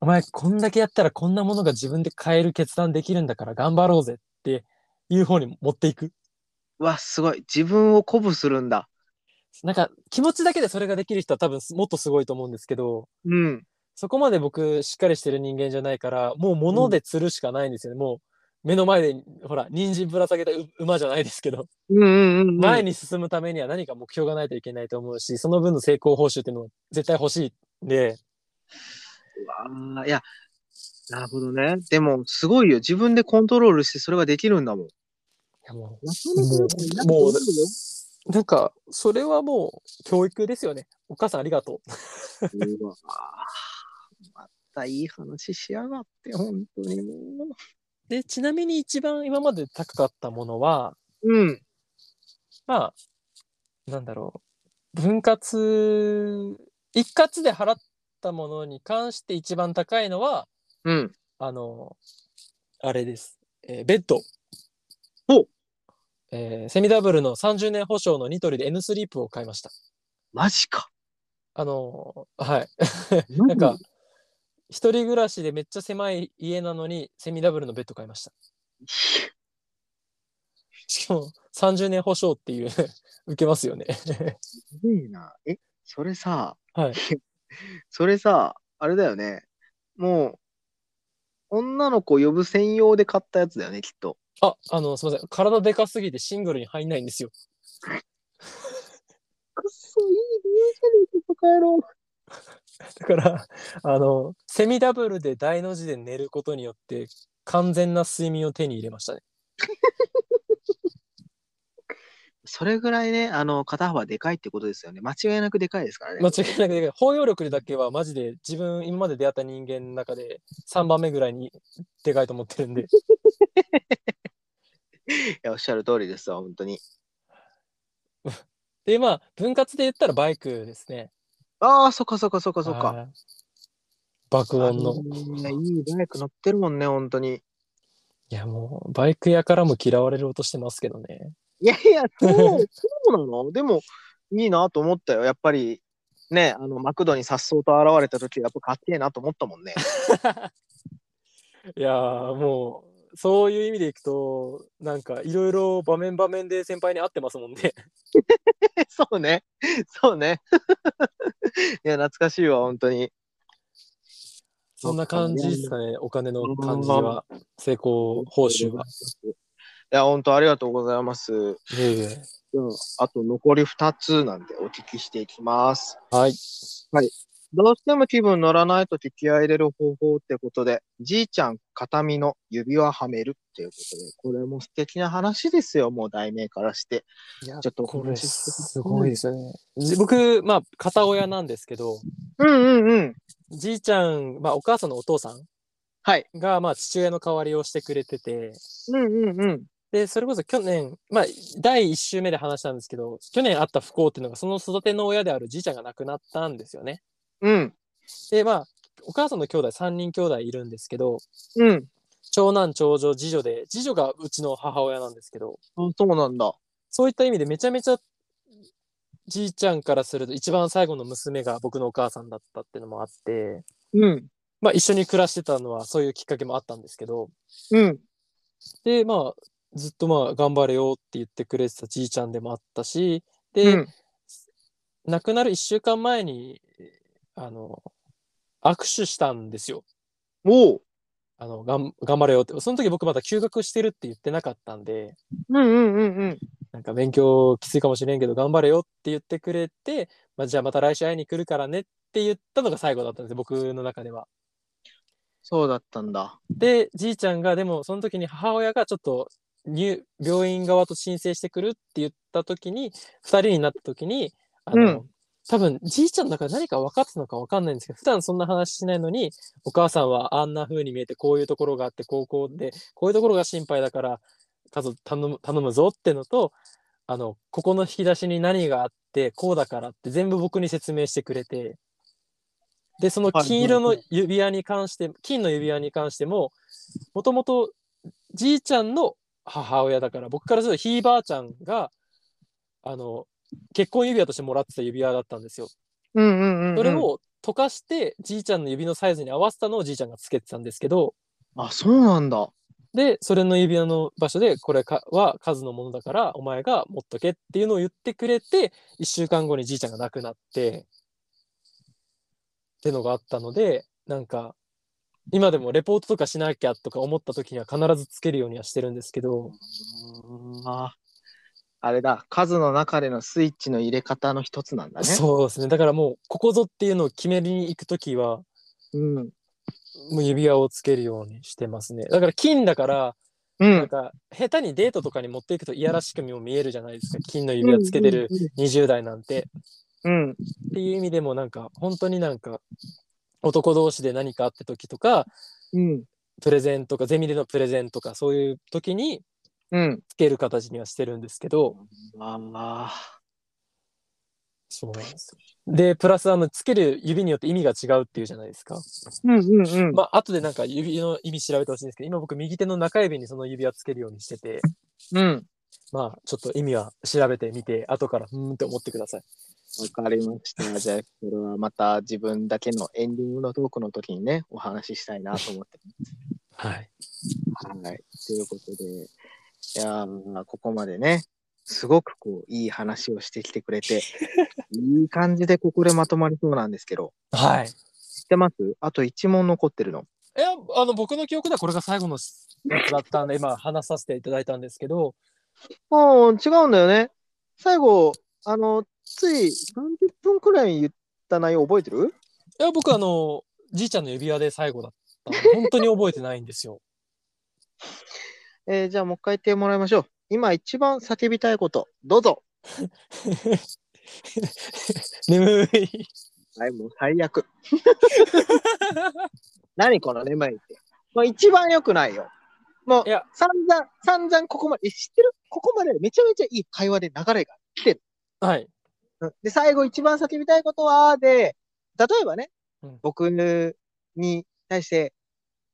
B: お前こんだけやったらこんなものが自分で買える決断できるんだから頑張ろうぜっていう方に持っていく
A: わ、すごい。自分を鼓舞するんだ。
B: なんか気持ちだけでそれができる人は多分もっとすごいと思うんですけど、
A: うん。
B: そこまで僕しっかりしてる人間じゃないから、もう物で釣るしかないんですよね。もう目の前で、ほら、人参ぶら下げたう馬じゃないですけど、
A: うんうんうん、うん。
B: 前に進むためには何か目標がないといけないと思うし、その分の成功報酬っていうのは絶対欲しいんで、
A: うわーいや、なるほどね。でも、すごいよ。自分でコントロールしてそれができるんだもん。
B: いやも
A: なか
B: う、
A: なか
B: も
A: やっぱいなくて
B: う、も
A: いいよ
B: う、なんか、それはもう教育ですよね。お母さんありがとう。
A: うわまたいい話しやがって、本当にも
B: で、ちなみに一番今まで高かったものは、
A: う。うん。
B: まあ、なんだろう。分割、一括で払ったものに関して一番高いのは、
A: うん。
B: あの、あれです。えーベッド。
A: お
B: えーセミダブルの30年保証のニトリで N スリープを買いました。
A: マジか。
B: あの、はい。
A: な
B: なんか、、一人暮らしでめっちゃ狭い家なのに、セミダブルのベッド買いました。しかも、30年保証っていう、 受けますよね。
A: すごいな。え、それさ、
B: はい。
A: それさ、あれだよね。もう、女の子呼ぶ専用で買ったやつだよね、きっと。
B: あ、あの、すみません。体でかすぎてシングルに入んないんですよ。
A: くっそ、いい理由じゃねえか、バカ野郎。
B: だから、あの、セミダブルで大の字で寝ることによって、完全な睡眠を手に入れましたね。
A: それぐらいね、あの、肩幅でかいってことですよね。間違いなくでかいですからね。
B: 間違いなくでかい包容力だけはマジで自分今まで出会った人間の中で3番目ぐらいにでかいと思ってるん で。
A: いやおっしゃる通りですわ、本当に。
B: で、まあ、分割で言ったらバイクですね。
A: ああ、そっかそっかそっかそっか。
B: はい。爆音の。
A: いや、いいバイク乗ってるもんね、本当に。
B: いや、もう、バイク屋からも嫌われる音してますけどね。
A: いやい や、そう、そうなのでも、いいなと思ったよ。やっぱり、ね、あの、マクドに颯爽と現れた時やっぱかっけえなと思ったもん ね。
B: いやー、もう、そういう意味でいくと、なんか、いろいろ場面場面で先輩に会ってますもんね。
A: そうね。そうね。 いや、懐かしいわ、本当に。
B: そんな感じですかね、お金の感じは、成功報酬は。
A: いや、本当ありがとうございます。
B: いえいえ
A: ではあと残り2つなんでお聞きしていきます。
B: はい。
A: どうしても気分乗らないと気合い入れる方法ってことで、じいちゃん形見の指輪はめるっていうことで、これも素敵な話ですよ、もう題名からして。
B: いや
A: ちょっとお
B: これ
A: 話ししてください
B: すごいですよね。じ僕、まあ、片親なんですけど、
A: うんうんうん。
B: じいちゃん、まあ、お母さんのお父さん
A: はい。
B: が、まあ、父親の代わりをしてくれてて、
A: うんうんうん。
B: で、それこそ去年、まあ、第1週目で話したんですけど、去年あった不幸っていうのが、その育ての親であるじいちゃんが亡くなったんですよね。
A: うん。
B: で、まあ、お母さんの兄弟、3人兄弟いるんですけど、
A: うん。
B: 長男、長女、次女で、次女がうちの母親なんですけど、
A: あそうなんだ。
B: そういった意味でめちゃめちゃじいちゃんからすると一番最後の娘が僕のお母さんだったっていうのもあって、
A: うん。
B: まあ、一緒に暮らしてたのはそういうきっかけもあったんですけど
A: うん。
B: でまあずっとまあ頑張れよって言ってくれてたじいちゃんでもあったし
A: う
B: で、
A: ん。
B: 亡くなる1週間前にあの握手したんですよ
A: おう。
B: あのがん頑張れよってその時僕まだ休学してるって言ってなかったんで
A: うんうんうんうん。
B: なんか勉強きついかもしれんけど頑張れよって言ってくれて、まあ、じゃあまた来週会いに来るからねって言ったのが最後だったんですよ僕の中では。
A: そうだったんだ。
B: でじいちゃんがでもその時に母親がちょっと入病院側と申請してくるって言った時に2人になった時にあの、
A: う
B: 多分じいちゃんだから何か分かってたのか分かんないんですけど普段そんな話しないのにお母さんはあんな風に見えてこういうところがあって高校でこういうところが心配だから家族頼む頼むぞってのとあのここの引き出しに何があってこうだからって全部僕に説明してくれてでその
A: はい
B: 金色の指輪に関して金の指輪に関してももともとじいちゃんの母親だから僕からするとひいばあちゃんがあの結婚指輪としてもらってた指輪だったんですよ。
A: うんうんうん、うん。
B: それ。を溶かしてじいちゃんの指のサイズに合わせたのをじいちゃんがつけてたんですけど
A: あ、そうなんだ。
B: で、それの指輪の場所で、これかは数のものだから、お前が持っとけっていうのを言ってくれて、1週間後にじいちゃんが亡くなって、ってのがあったので、なんか、今でもレポートとかしなきゃとか思った時には必ずつけるようにはしてるんですけど、
A: ああれだ数の中でのスイッチの入れ方の一つなんだね。
B: そうですね。だからもう、ここぞっていうのを決めに行く時は、
A: うん、
B: もう指輪をつけるようにしてますね。だから金だから、
A: う
B: なん
A: ん、
B: か下手にデートとかに持っていくといやらしくも見えるじゃないですか。金の指輪つけてる20代なんて。
A: うん、
B: っていう意味でもなんか本当になんか男同士で何かあった時とか
A: うん、
B: プレゼントとかゼミでのプレゼントとかそういう時に
A: うん。
B: つける形にはしてるんですけど
A: ああ、
B: そうなんですよでプラスあのつける指によって意味が違うっていうじゃないですか。
A: うん、うん、うん。
B: まあ後でなんか指の意味調べてほしいんですけど今僕右手の中指にその指輪つけるようにしてて。
A: うん、
B: まあ、ちょっと意味は調べてみて、後から、うーんって思ってください。
A: わかりました。じゃあ、これはまた自分だけのエンディングのトークの時にね、お話ししたいなと思って。
B: はい。
A: はい。ということで、いやーここまでね、すごくこう、いい話をしてきてくれ て、いい感じでここでまとまりそうなんですけど、
B: はい。
A: 知ってますあと1問残ってるの。
B: いや、あの、僕の記憶ではこれが最後のやつだったんで、今話させていただいたんですけど、
A: もう違うんだよね。最後、あの、つい30分くらい言った内容覚えてる
B: いや、僕、あの、じいちゃんの指輪で最後だっ たんで、本当に覚えてないんですよ。
A: えーじゃあもう一回言ってもらいましょう。今一番叫びたいこと、どうぞ。
B: 眠い。
A: はい、もう最悪。 何この眠いって。もう一番良くないよ。もう
B: いや、
A: 散々、散々ここまで、え知ってるここまでめちゃめちゃいい会話で流れが来てる。
B: はい。
A: うんで、最後一番叫びたいことは、で、例えばね、
B: うん
A: 僕に対して、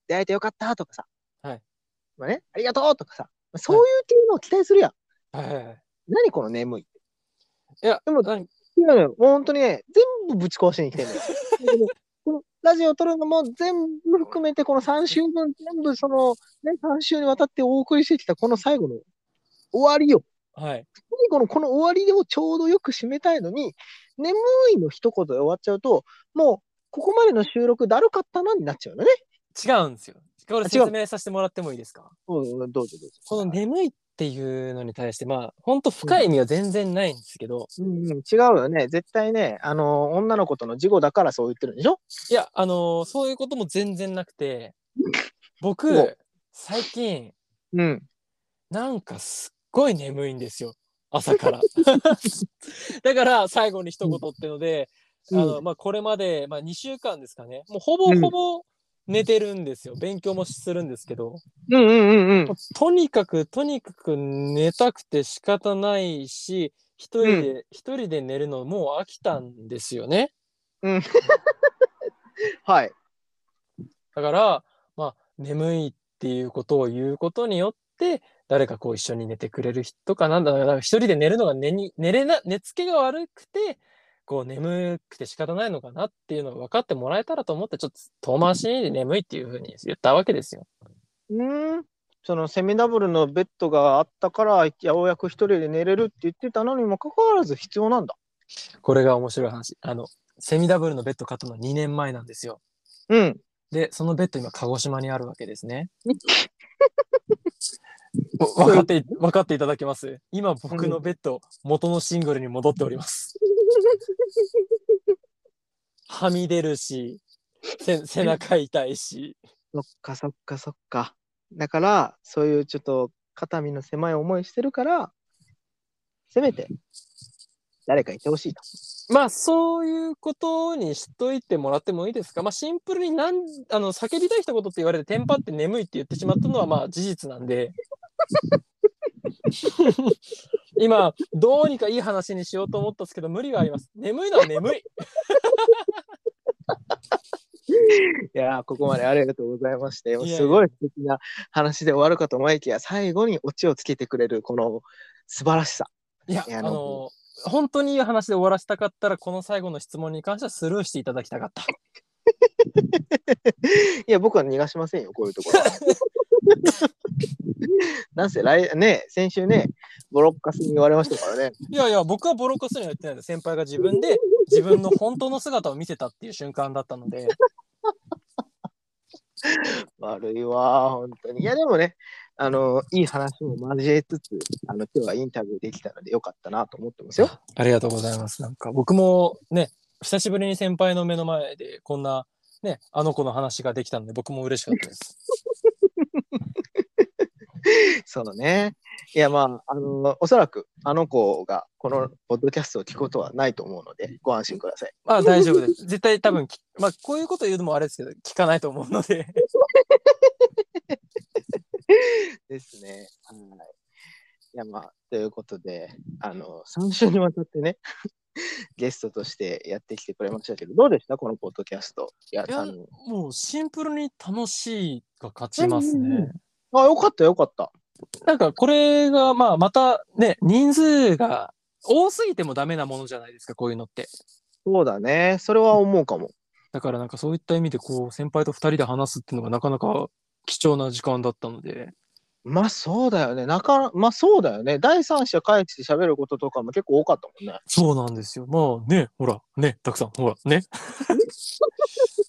A: 出会えてよかったとかさ、
B: はい
A: まあね、ありがとうとかさ、そういう系のを期待するやん。
B: はいはいはい。
A: 何この眠い。
B: いや、
A: でも
B: なん
A: 違うのよ。もう本当にね、全部ぶち壊しに来てるの よ。でもこのラジオを撮るのも全部含めて、この3週分、全部その、ね、3週にわたってお送りしてきた、この最後の終わりよ。
B: はい。
A: 最後のこの終わりをちょうどよく締めたいのに、眠いの一言で終わっちゃうと、もう、ここまでの収録だるかったなになっちゃうのね。
B: 違うんですよ。
A: あ
B: これ
A: 違う
B: 説明させてもらってもいいですか
A: どうぞどうぞ。
B: この眠いっていうのに対して、まあ、本当深い意味は全然ないんですけど、
A: うんうん、違うよね。絶対ね、あの女の子との事故だからそう言ってるんでしょ
B: いや、あのーそういうことも全然なくて、
A: お
B: 僕、最近、
A: うん。
B: なんかすっごい眠いんですよ。朝から。 だから、最後に一言ってので、あの、まあ、これまで、まあ、2週間ですかね。もうほぼ
A: うん
B: ほぼ寝てるんですよ。勉強もするんですけど。
A: うんうんうんうん。
B: とにかく、とにかく寝たくて仕方ないし、一人で、一人で寝るのもう飽きたんですよね。
A: はい。
B: だから、まあ、眠いっていうことを言うことによって、誰かこう一緒に寝てくれる人かなんだろうな、一人で寝るのが寝に、寝れな、寝つけが悪くて、こう眠くて仕方ないのかなっていうのが分かってもらえたらと思って、ちょっと遠回しに眠いっていうふうに言ったわけですよ。
A: うーん。そのセミダブルのベッドがあったから、ようやく一人で寝れるって言ってたのにもかかわらず必要なんだ。
B: これが面白い話。あの、セミダブルのベッド買ったのは2年前なんですよ。
A: うん。
B: で、そのベッド今、鹿児島にあるわけですね。お分かって、分かっていただけます今、僕のベッド、元のシングルに戻っております。はみ出るし、せ背中痛いし。
A: そっかそっかそっか。だから、そういうちょっと肩身の狭い思いしてるから、せめて誰かいてほしいと。
B: まあ、そういうことにしといてもらってもいいですかまあ、シンプルになん、あの、叫びたい一言って言われて、テンパって眠いって言ってしまったのは、まあ、事実なんで。 今、どうにかいい話にしようと思ったんですけど、無理があります。眠いのは眠い。
A: いやー、ここまでありがとうございましたよ。
B: いやいや
A: すごい素敵な話で終わるかと思いきや、最後にオチをつけてくれるこの素晴らしさ。
B: いや、
A: いや
B: あ
A: あの
B: の、本当にいい話で終わらせたかったら、この最後の質問に関してはスルーしていただきたかった。
A: いや、僕は逃がしませんよ、こういうところは。なんせ来、ね、先週ね、ボロッカスに言われましたからね。
B: いやいや、僕はボロカスには言ってないです。先輩が自分で自分の本当の姿を見せたっていう瞬間だったので、
A: 悪いわ、本当に。いや、でもね、あの、いい話も交えつつ、あの、今日はインタビューできたのでよかったなと思ってますよ。
B: ありがとうございます。なんか僕もね、久しぶりに先輩の目の前でこんな、ね、あの子の話ができたので、僕も嬉しかったです。
A: そうね。いや、まあ、あの、おそらく、あの子が、このポッドキャストを聞くことはないと思うので、ご安心ください。
B: まあ大丈夫 です。絶対多分き、まあこういうこと言うのもあれですけど、聞かないと思うので。
A: ですね。はい。いや、まあ、ということで、あの、3週にわたってね、 ゲストとしてやってきてくれましたけど、どうでしたこのポッドキャスト。いや、
B: いや
A: あの
B: もうシンプルに楽しいが勝ちます
A: うんうんう
B: ね。
A: あ、よかった、よかった。
B: なんかこれがまあまたね、人数が多すぎてもダメなものじゃないですか、こういうのって。
A: そうだね。それは思うかも。
B: だからなんかそういった意味でこう先輩と二人で話すっていうのがなかなか貴重な時間だったので。
A: まあ、そうだよね。なかなまあ、そうだよね。第三者返して喋ることとかも結構多かったもんね。
B: そうなんですよ。まあね、ほら、ね、たくさん、ほら、 ね。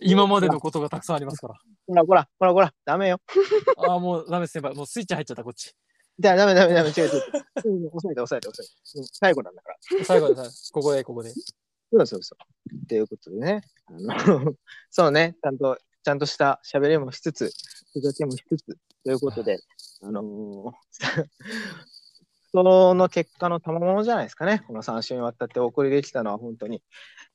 B: 今までのことがたくさんありますから。
A: ほら、ほら、ほら、ほら、ダメよ。
B: ああ、もうダメです先輩。もうスイッチ入っちゃった、こっち。
A: だダメダメダメ違う違 う。うん抑えて抑えて抑えて。うん最後なんだから。
B: 最後で、ここで、ここで。
A: そうだそうだそう。ということでね。あの そうね。ちゃんと、ちゃんとした喋りもしつつ、ふざけもしつつ、ということで、あの ー、その結果の賜物じゃないですかね。この3週にわたってお送りできたのは本当に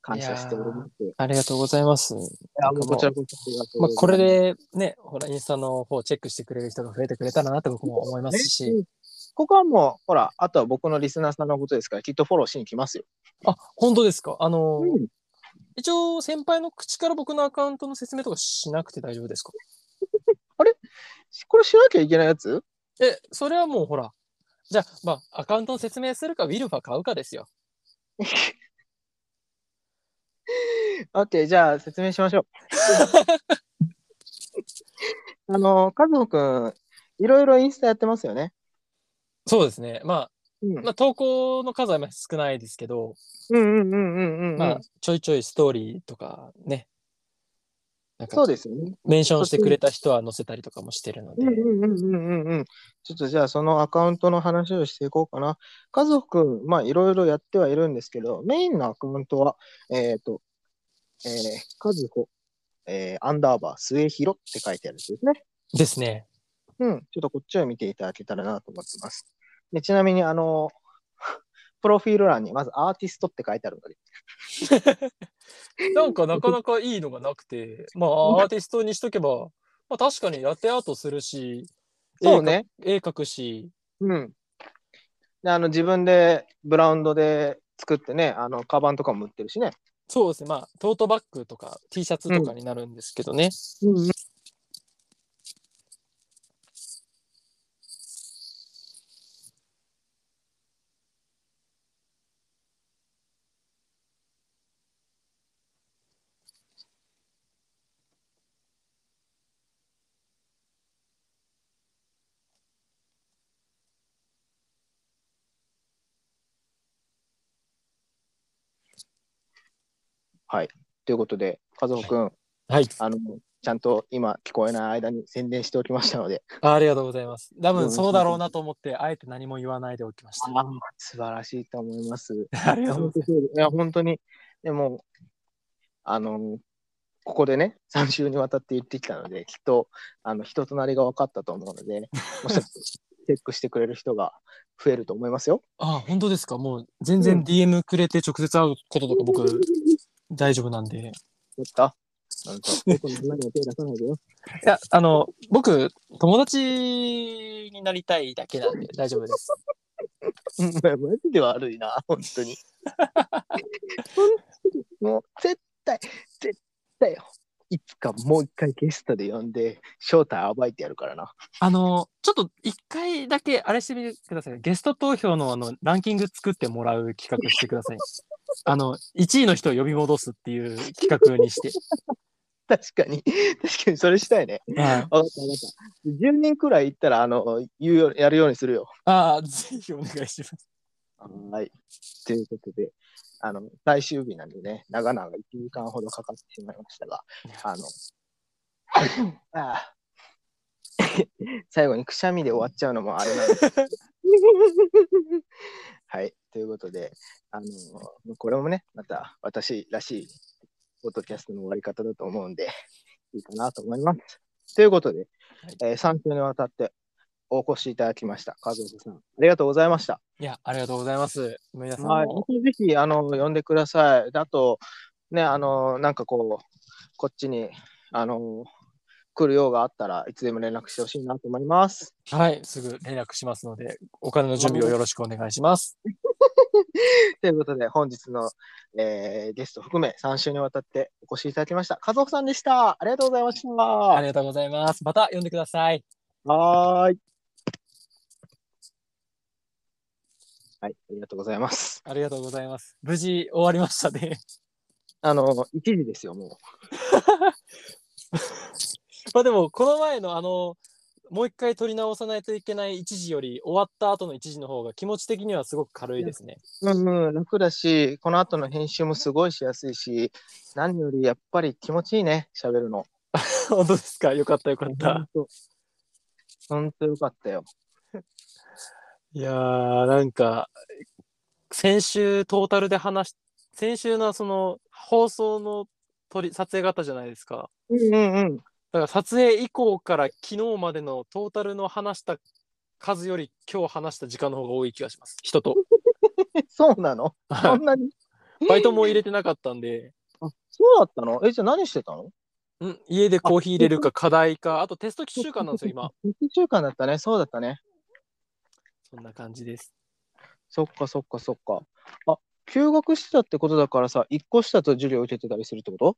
A: 感謝しております。いや
B: ありがとうございます。
A: もうこちらこそありがとう
B: まあ、これ
A: で
B: でね、ほら、インスタの方をチェックしてくれる人が増えてくれたらなと僕も思いますし、
A: ここはもう、ほら、あとは僕のリスナーさんのことですから、きっとフォローしに来ますよ。
B: あ、本当ですか。あの、一応、先輩の口から僕のアカウントの説明とかしなくて大丈夫ですか
A: これしなきゃいけないやつ
B: え、それはもうほら、じゃあ、まあ、アカウントの説明するか、ウィルファ買うかですよ。
A: OK、じゃあ説明しま しょう。あの、和穂くん、いろいろインスタやってますよね。
B: そうですね。ま
A: うん、う
B: あ、
A: ん
B: まあ、投稿の数はまあ少ないですけど、
A: うんうんうんうん。
B: まあ、ちょいちょいストーリーとかね、なん
A: そ
B: か
A: う、ですよね。
B: メンションしてくれた人は載せたりとかもしてるの
A: う
B: で
A: ん、うんうんうんうんうん。ちょっとじゃあそのアカウントの話をしていこうかな。和穂くん、まあいろいろやってはいるんですけど、メインのアカウントは、えっ、と、えー、和穂、えー、アンダーバー、末広って書いてあるんですね。
B: ですね。
A: うん、ちょっとこっちを見ていただけたらなと思ってます。でちなみに、あの、 プロフィール欄にまずアーティストって書いてあるので、
B: なん かなかなかいいのがなくて、まあアーティストにしとけば、まあ確かにラテアートするし、
A: そうね。
B: 絵描くし、
A: うん。であの自分でブランドで作ってね、あの、カバンとかも売ってるしね。
B: そうですね、まあトートバッグとか T シャツとかになるんですけどね。
A: うん、はい。ということで、和穂くん、
B: はい
A: あの、ちゃんと今聞こえない間に宣伝しておきましたので、
B: あ、ありがとうございます。多分そうだろうなと思って、あえて何も言わないでおきまし
A: あー素晴らしいと思います。
B: た。ありがとうございます。
A: いや、本当に、でも、あの、ここでね、3週にわたって言ってきたので、きっと、あの、人となりが分かったと思うので、もしかしてチェックしてくれる人が増えると思いますよ。
B: あ、本当ですか。もう全
A: う
B: 然
A: ん
B: DM くれて直接会うこととか僕、大丈夫なんで。
A: やったなんか、僕の何も手出さないでよ。
B: いや、あの、僕、友達になりたいだけなんで大丈夫です。
A: うんマジで悪いな、本当に。本当にもう、絶対、絶対、いつかもう一回ゲストで呼んで、正体暴いてやるからな。
B: あの、ちょっと一回だけあれしてみてください。ゲスト投票のあのランキング作ってもらう企画してください。あの、1位の人を呼び戻すっていう企画にして。
A: 確かに。確かに、それしたいね。
B: はい。
A: わかったわかった。10年くらい行ったら、あの、言うよやるようにするよ。
B: ああ、ぜひお願いします。
A: はい。ということで、あの、最終日なんでね、長々1時間ほどかかってしまいましたが、あの、 ああ最後にくしゃみで終わっちゃうのもあれなんです。 はい。ということで、あの、これもね、また私らしい、ポッドキャストの終わり方だと思うんで、いいかなと思います。ということで、
B: はい
A: え3週にわたってお越しいただきました、和夫さん、ありがとうございました。
B: いや、ありがとうございます。皆さんも。
A: はい、またぜひあの呼んでください。あと、ね、あの、なんかこう、こっちに、あの、来るようがあったらいつでも連絡してほしいなと思います。
B: はい、すぐ連絡しますので、お金の準備をよろしくお願いします。
A: ということで、本日の、えーゲスト含め3週にわたってお越しいただきました。和夫さんでした。ありがとうございました。
B: ありがとうございます。また呼んでください。
A: はーい。はい、ありがとうございます。
B: ありがとうございます。無事終わりました ね。
A: あの、1時ですよ、もう。
B: まあでも、この前のあの、もう一回取り直さないといけない1時より終わった後の1時の方が気持ち的にはすごく軽いですね。
A: うんうん、楽だし、この後の編集もすごいしやすいし、何よりやっぱり気持ちいいね、喋るの。
B: 本当ですかよかったよかった
A: 本。当本当よかったよ。
B: いやー、なんか、先週トータルで話し、先週のその放送の撮り撮影があったじゃないですか。
A: うんうんうん。
B: だから撮影以降から昨日までのトータルの話した数より今日話した時間の方が多い気がします。人と。
A: そうなの そんなに
B: バイトも入れてなかったんで、
A: そうだったのえ、じゃあ何してたの
B: ん家でコーヒー入れるか課題か、あとテスト週間なんですよ、今。。
A: 1週間だったね、そうだったね。
B: そんな感じです。
A: そっかそっかそっか。あ、休学してたってことだからさ、1個下と授業受けてたりするってこと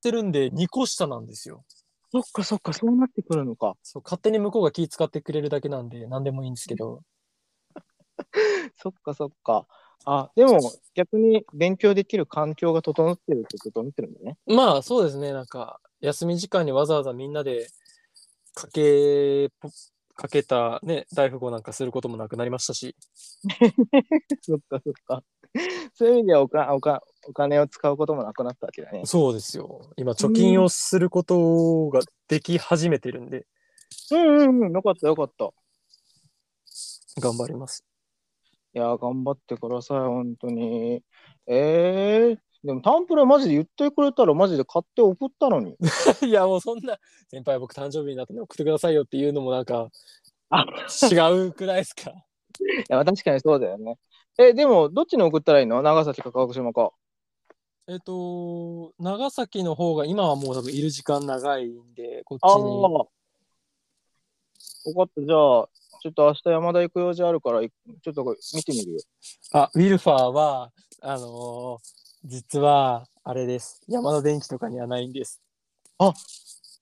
B: してるんで、2個下なんですよ。
A: そっかそっか、そうなってくるのか。
B: そう勝手に向こうが気使ってくれるだけなんで、何でもいいんですけど。
A: そっかそっか。あ、でも逆に勉強できる環境が整ってるって整ってるんだね。
B: まあ、そうですね、なんか、休み時間にわざわざみんなでかけ、かけたね、大富豪なんかすることもなくなりましたし。
A: そっかそっか。そういう意味ではおかおかお金を使うこともなくなったわけだね。
B: そうですよ。今、貯金をすることができ始めてるんで、
A: うんうんうん。よかったよかった。い
B: 頑張ります。
A: やー、頑張ってください、本当に。えー、でもタンプレマジで言ってくれたらマジで買って送ったのに。
B: いや、もうそんな、先輩、僕、誕生日になったんで送ってくださいよっていうのも、なんか、
A: あ
B: 違うくないですか。
A: いや、確かにそうだよね。え、でも、どっちに送ったらいいの長崎か鹿児島か。
B: えっと、長崎の方が、今はもう多分いる時間長いんで、こっ
A: ああ。
B: ちに。
A: よかった。じゃあ、ちょっと明日山田行く用事あるから、いちょっとこれ見てみるよ。
B: あ、ウィルファーは、あのー実は、あれです。山田電機とかにはないんです。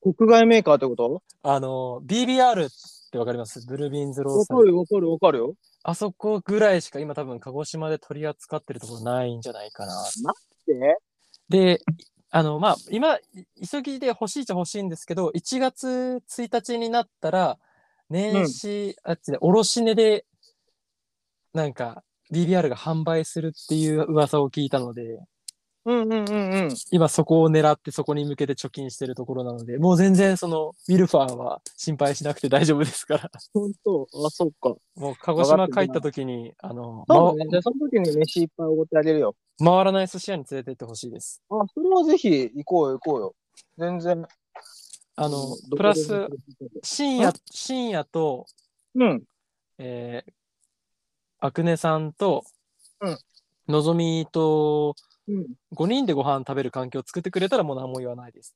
A: 国外メーカーってこと
B: あのー BBR ってわかりますブルービーンズロー
A: わ
B: サ
A: か
B: ー。
A: るわかるわかるよ。
B: あそこぐらいしか今多分鹿児島で取り扱ってるところないんじゃないかな。
A: で、
B: で、あの、まあ、今、い急ぎで欲しいっちゃ欲しいんですけど、1月1日になったら、年始、あっちで、卸値で、なんか、BBR が販売するっていう噂を聞いたので、
A: うんうんうんうん。
B: 今そこを狙ってそこに向けて貯金してるところなので、もう全然その、ウィルファーは心配しなくて 大丈夫ですから。
A: 本当あ、そっか。
B: もう鹿児島帰った時に、あの、
A: そうね。
B: 回
A: じゃあ、その時に飯いっぱいおごってあげるよ。
B: 回らない寿司屋に連れてってほしいです。
A: あ、それはぜひ行こうよ、行こうよ。全然。
B: あ
A: うん
B: の
A: どこ、で
B: プラ
A: も
B: ス
A: 行、ける
B: 深夜、深夜と、
A: うん。
B: えー、あくねさんと、
A: うん
B: のぞみと
A: うん。
B: 5人でご飯食べる環境を作ってくれたらもう何も言わないです。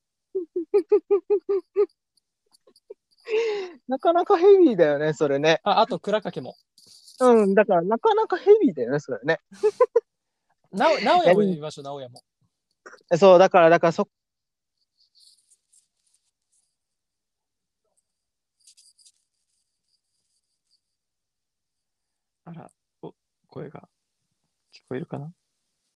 A: なかなかヘビーだよね、それね。
B: ああと、倉掛も。
A: うん、だからなかなかヘビーだよね、それね。
B: なお直哉も言いましょう、直哉も。
A: そう、だから、だからそ、
B: あら、お声が聞こえるかな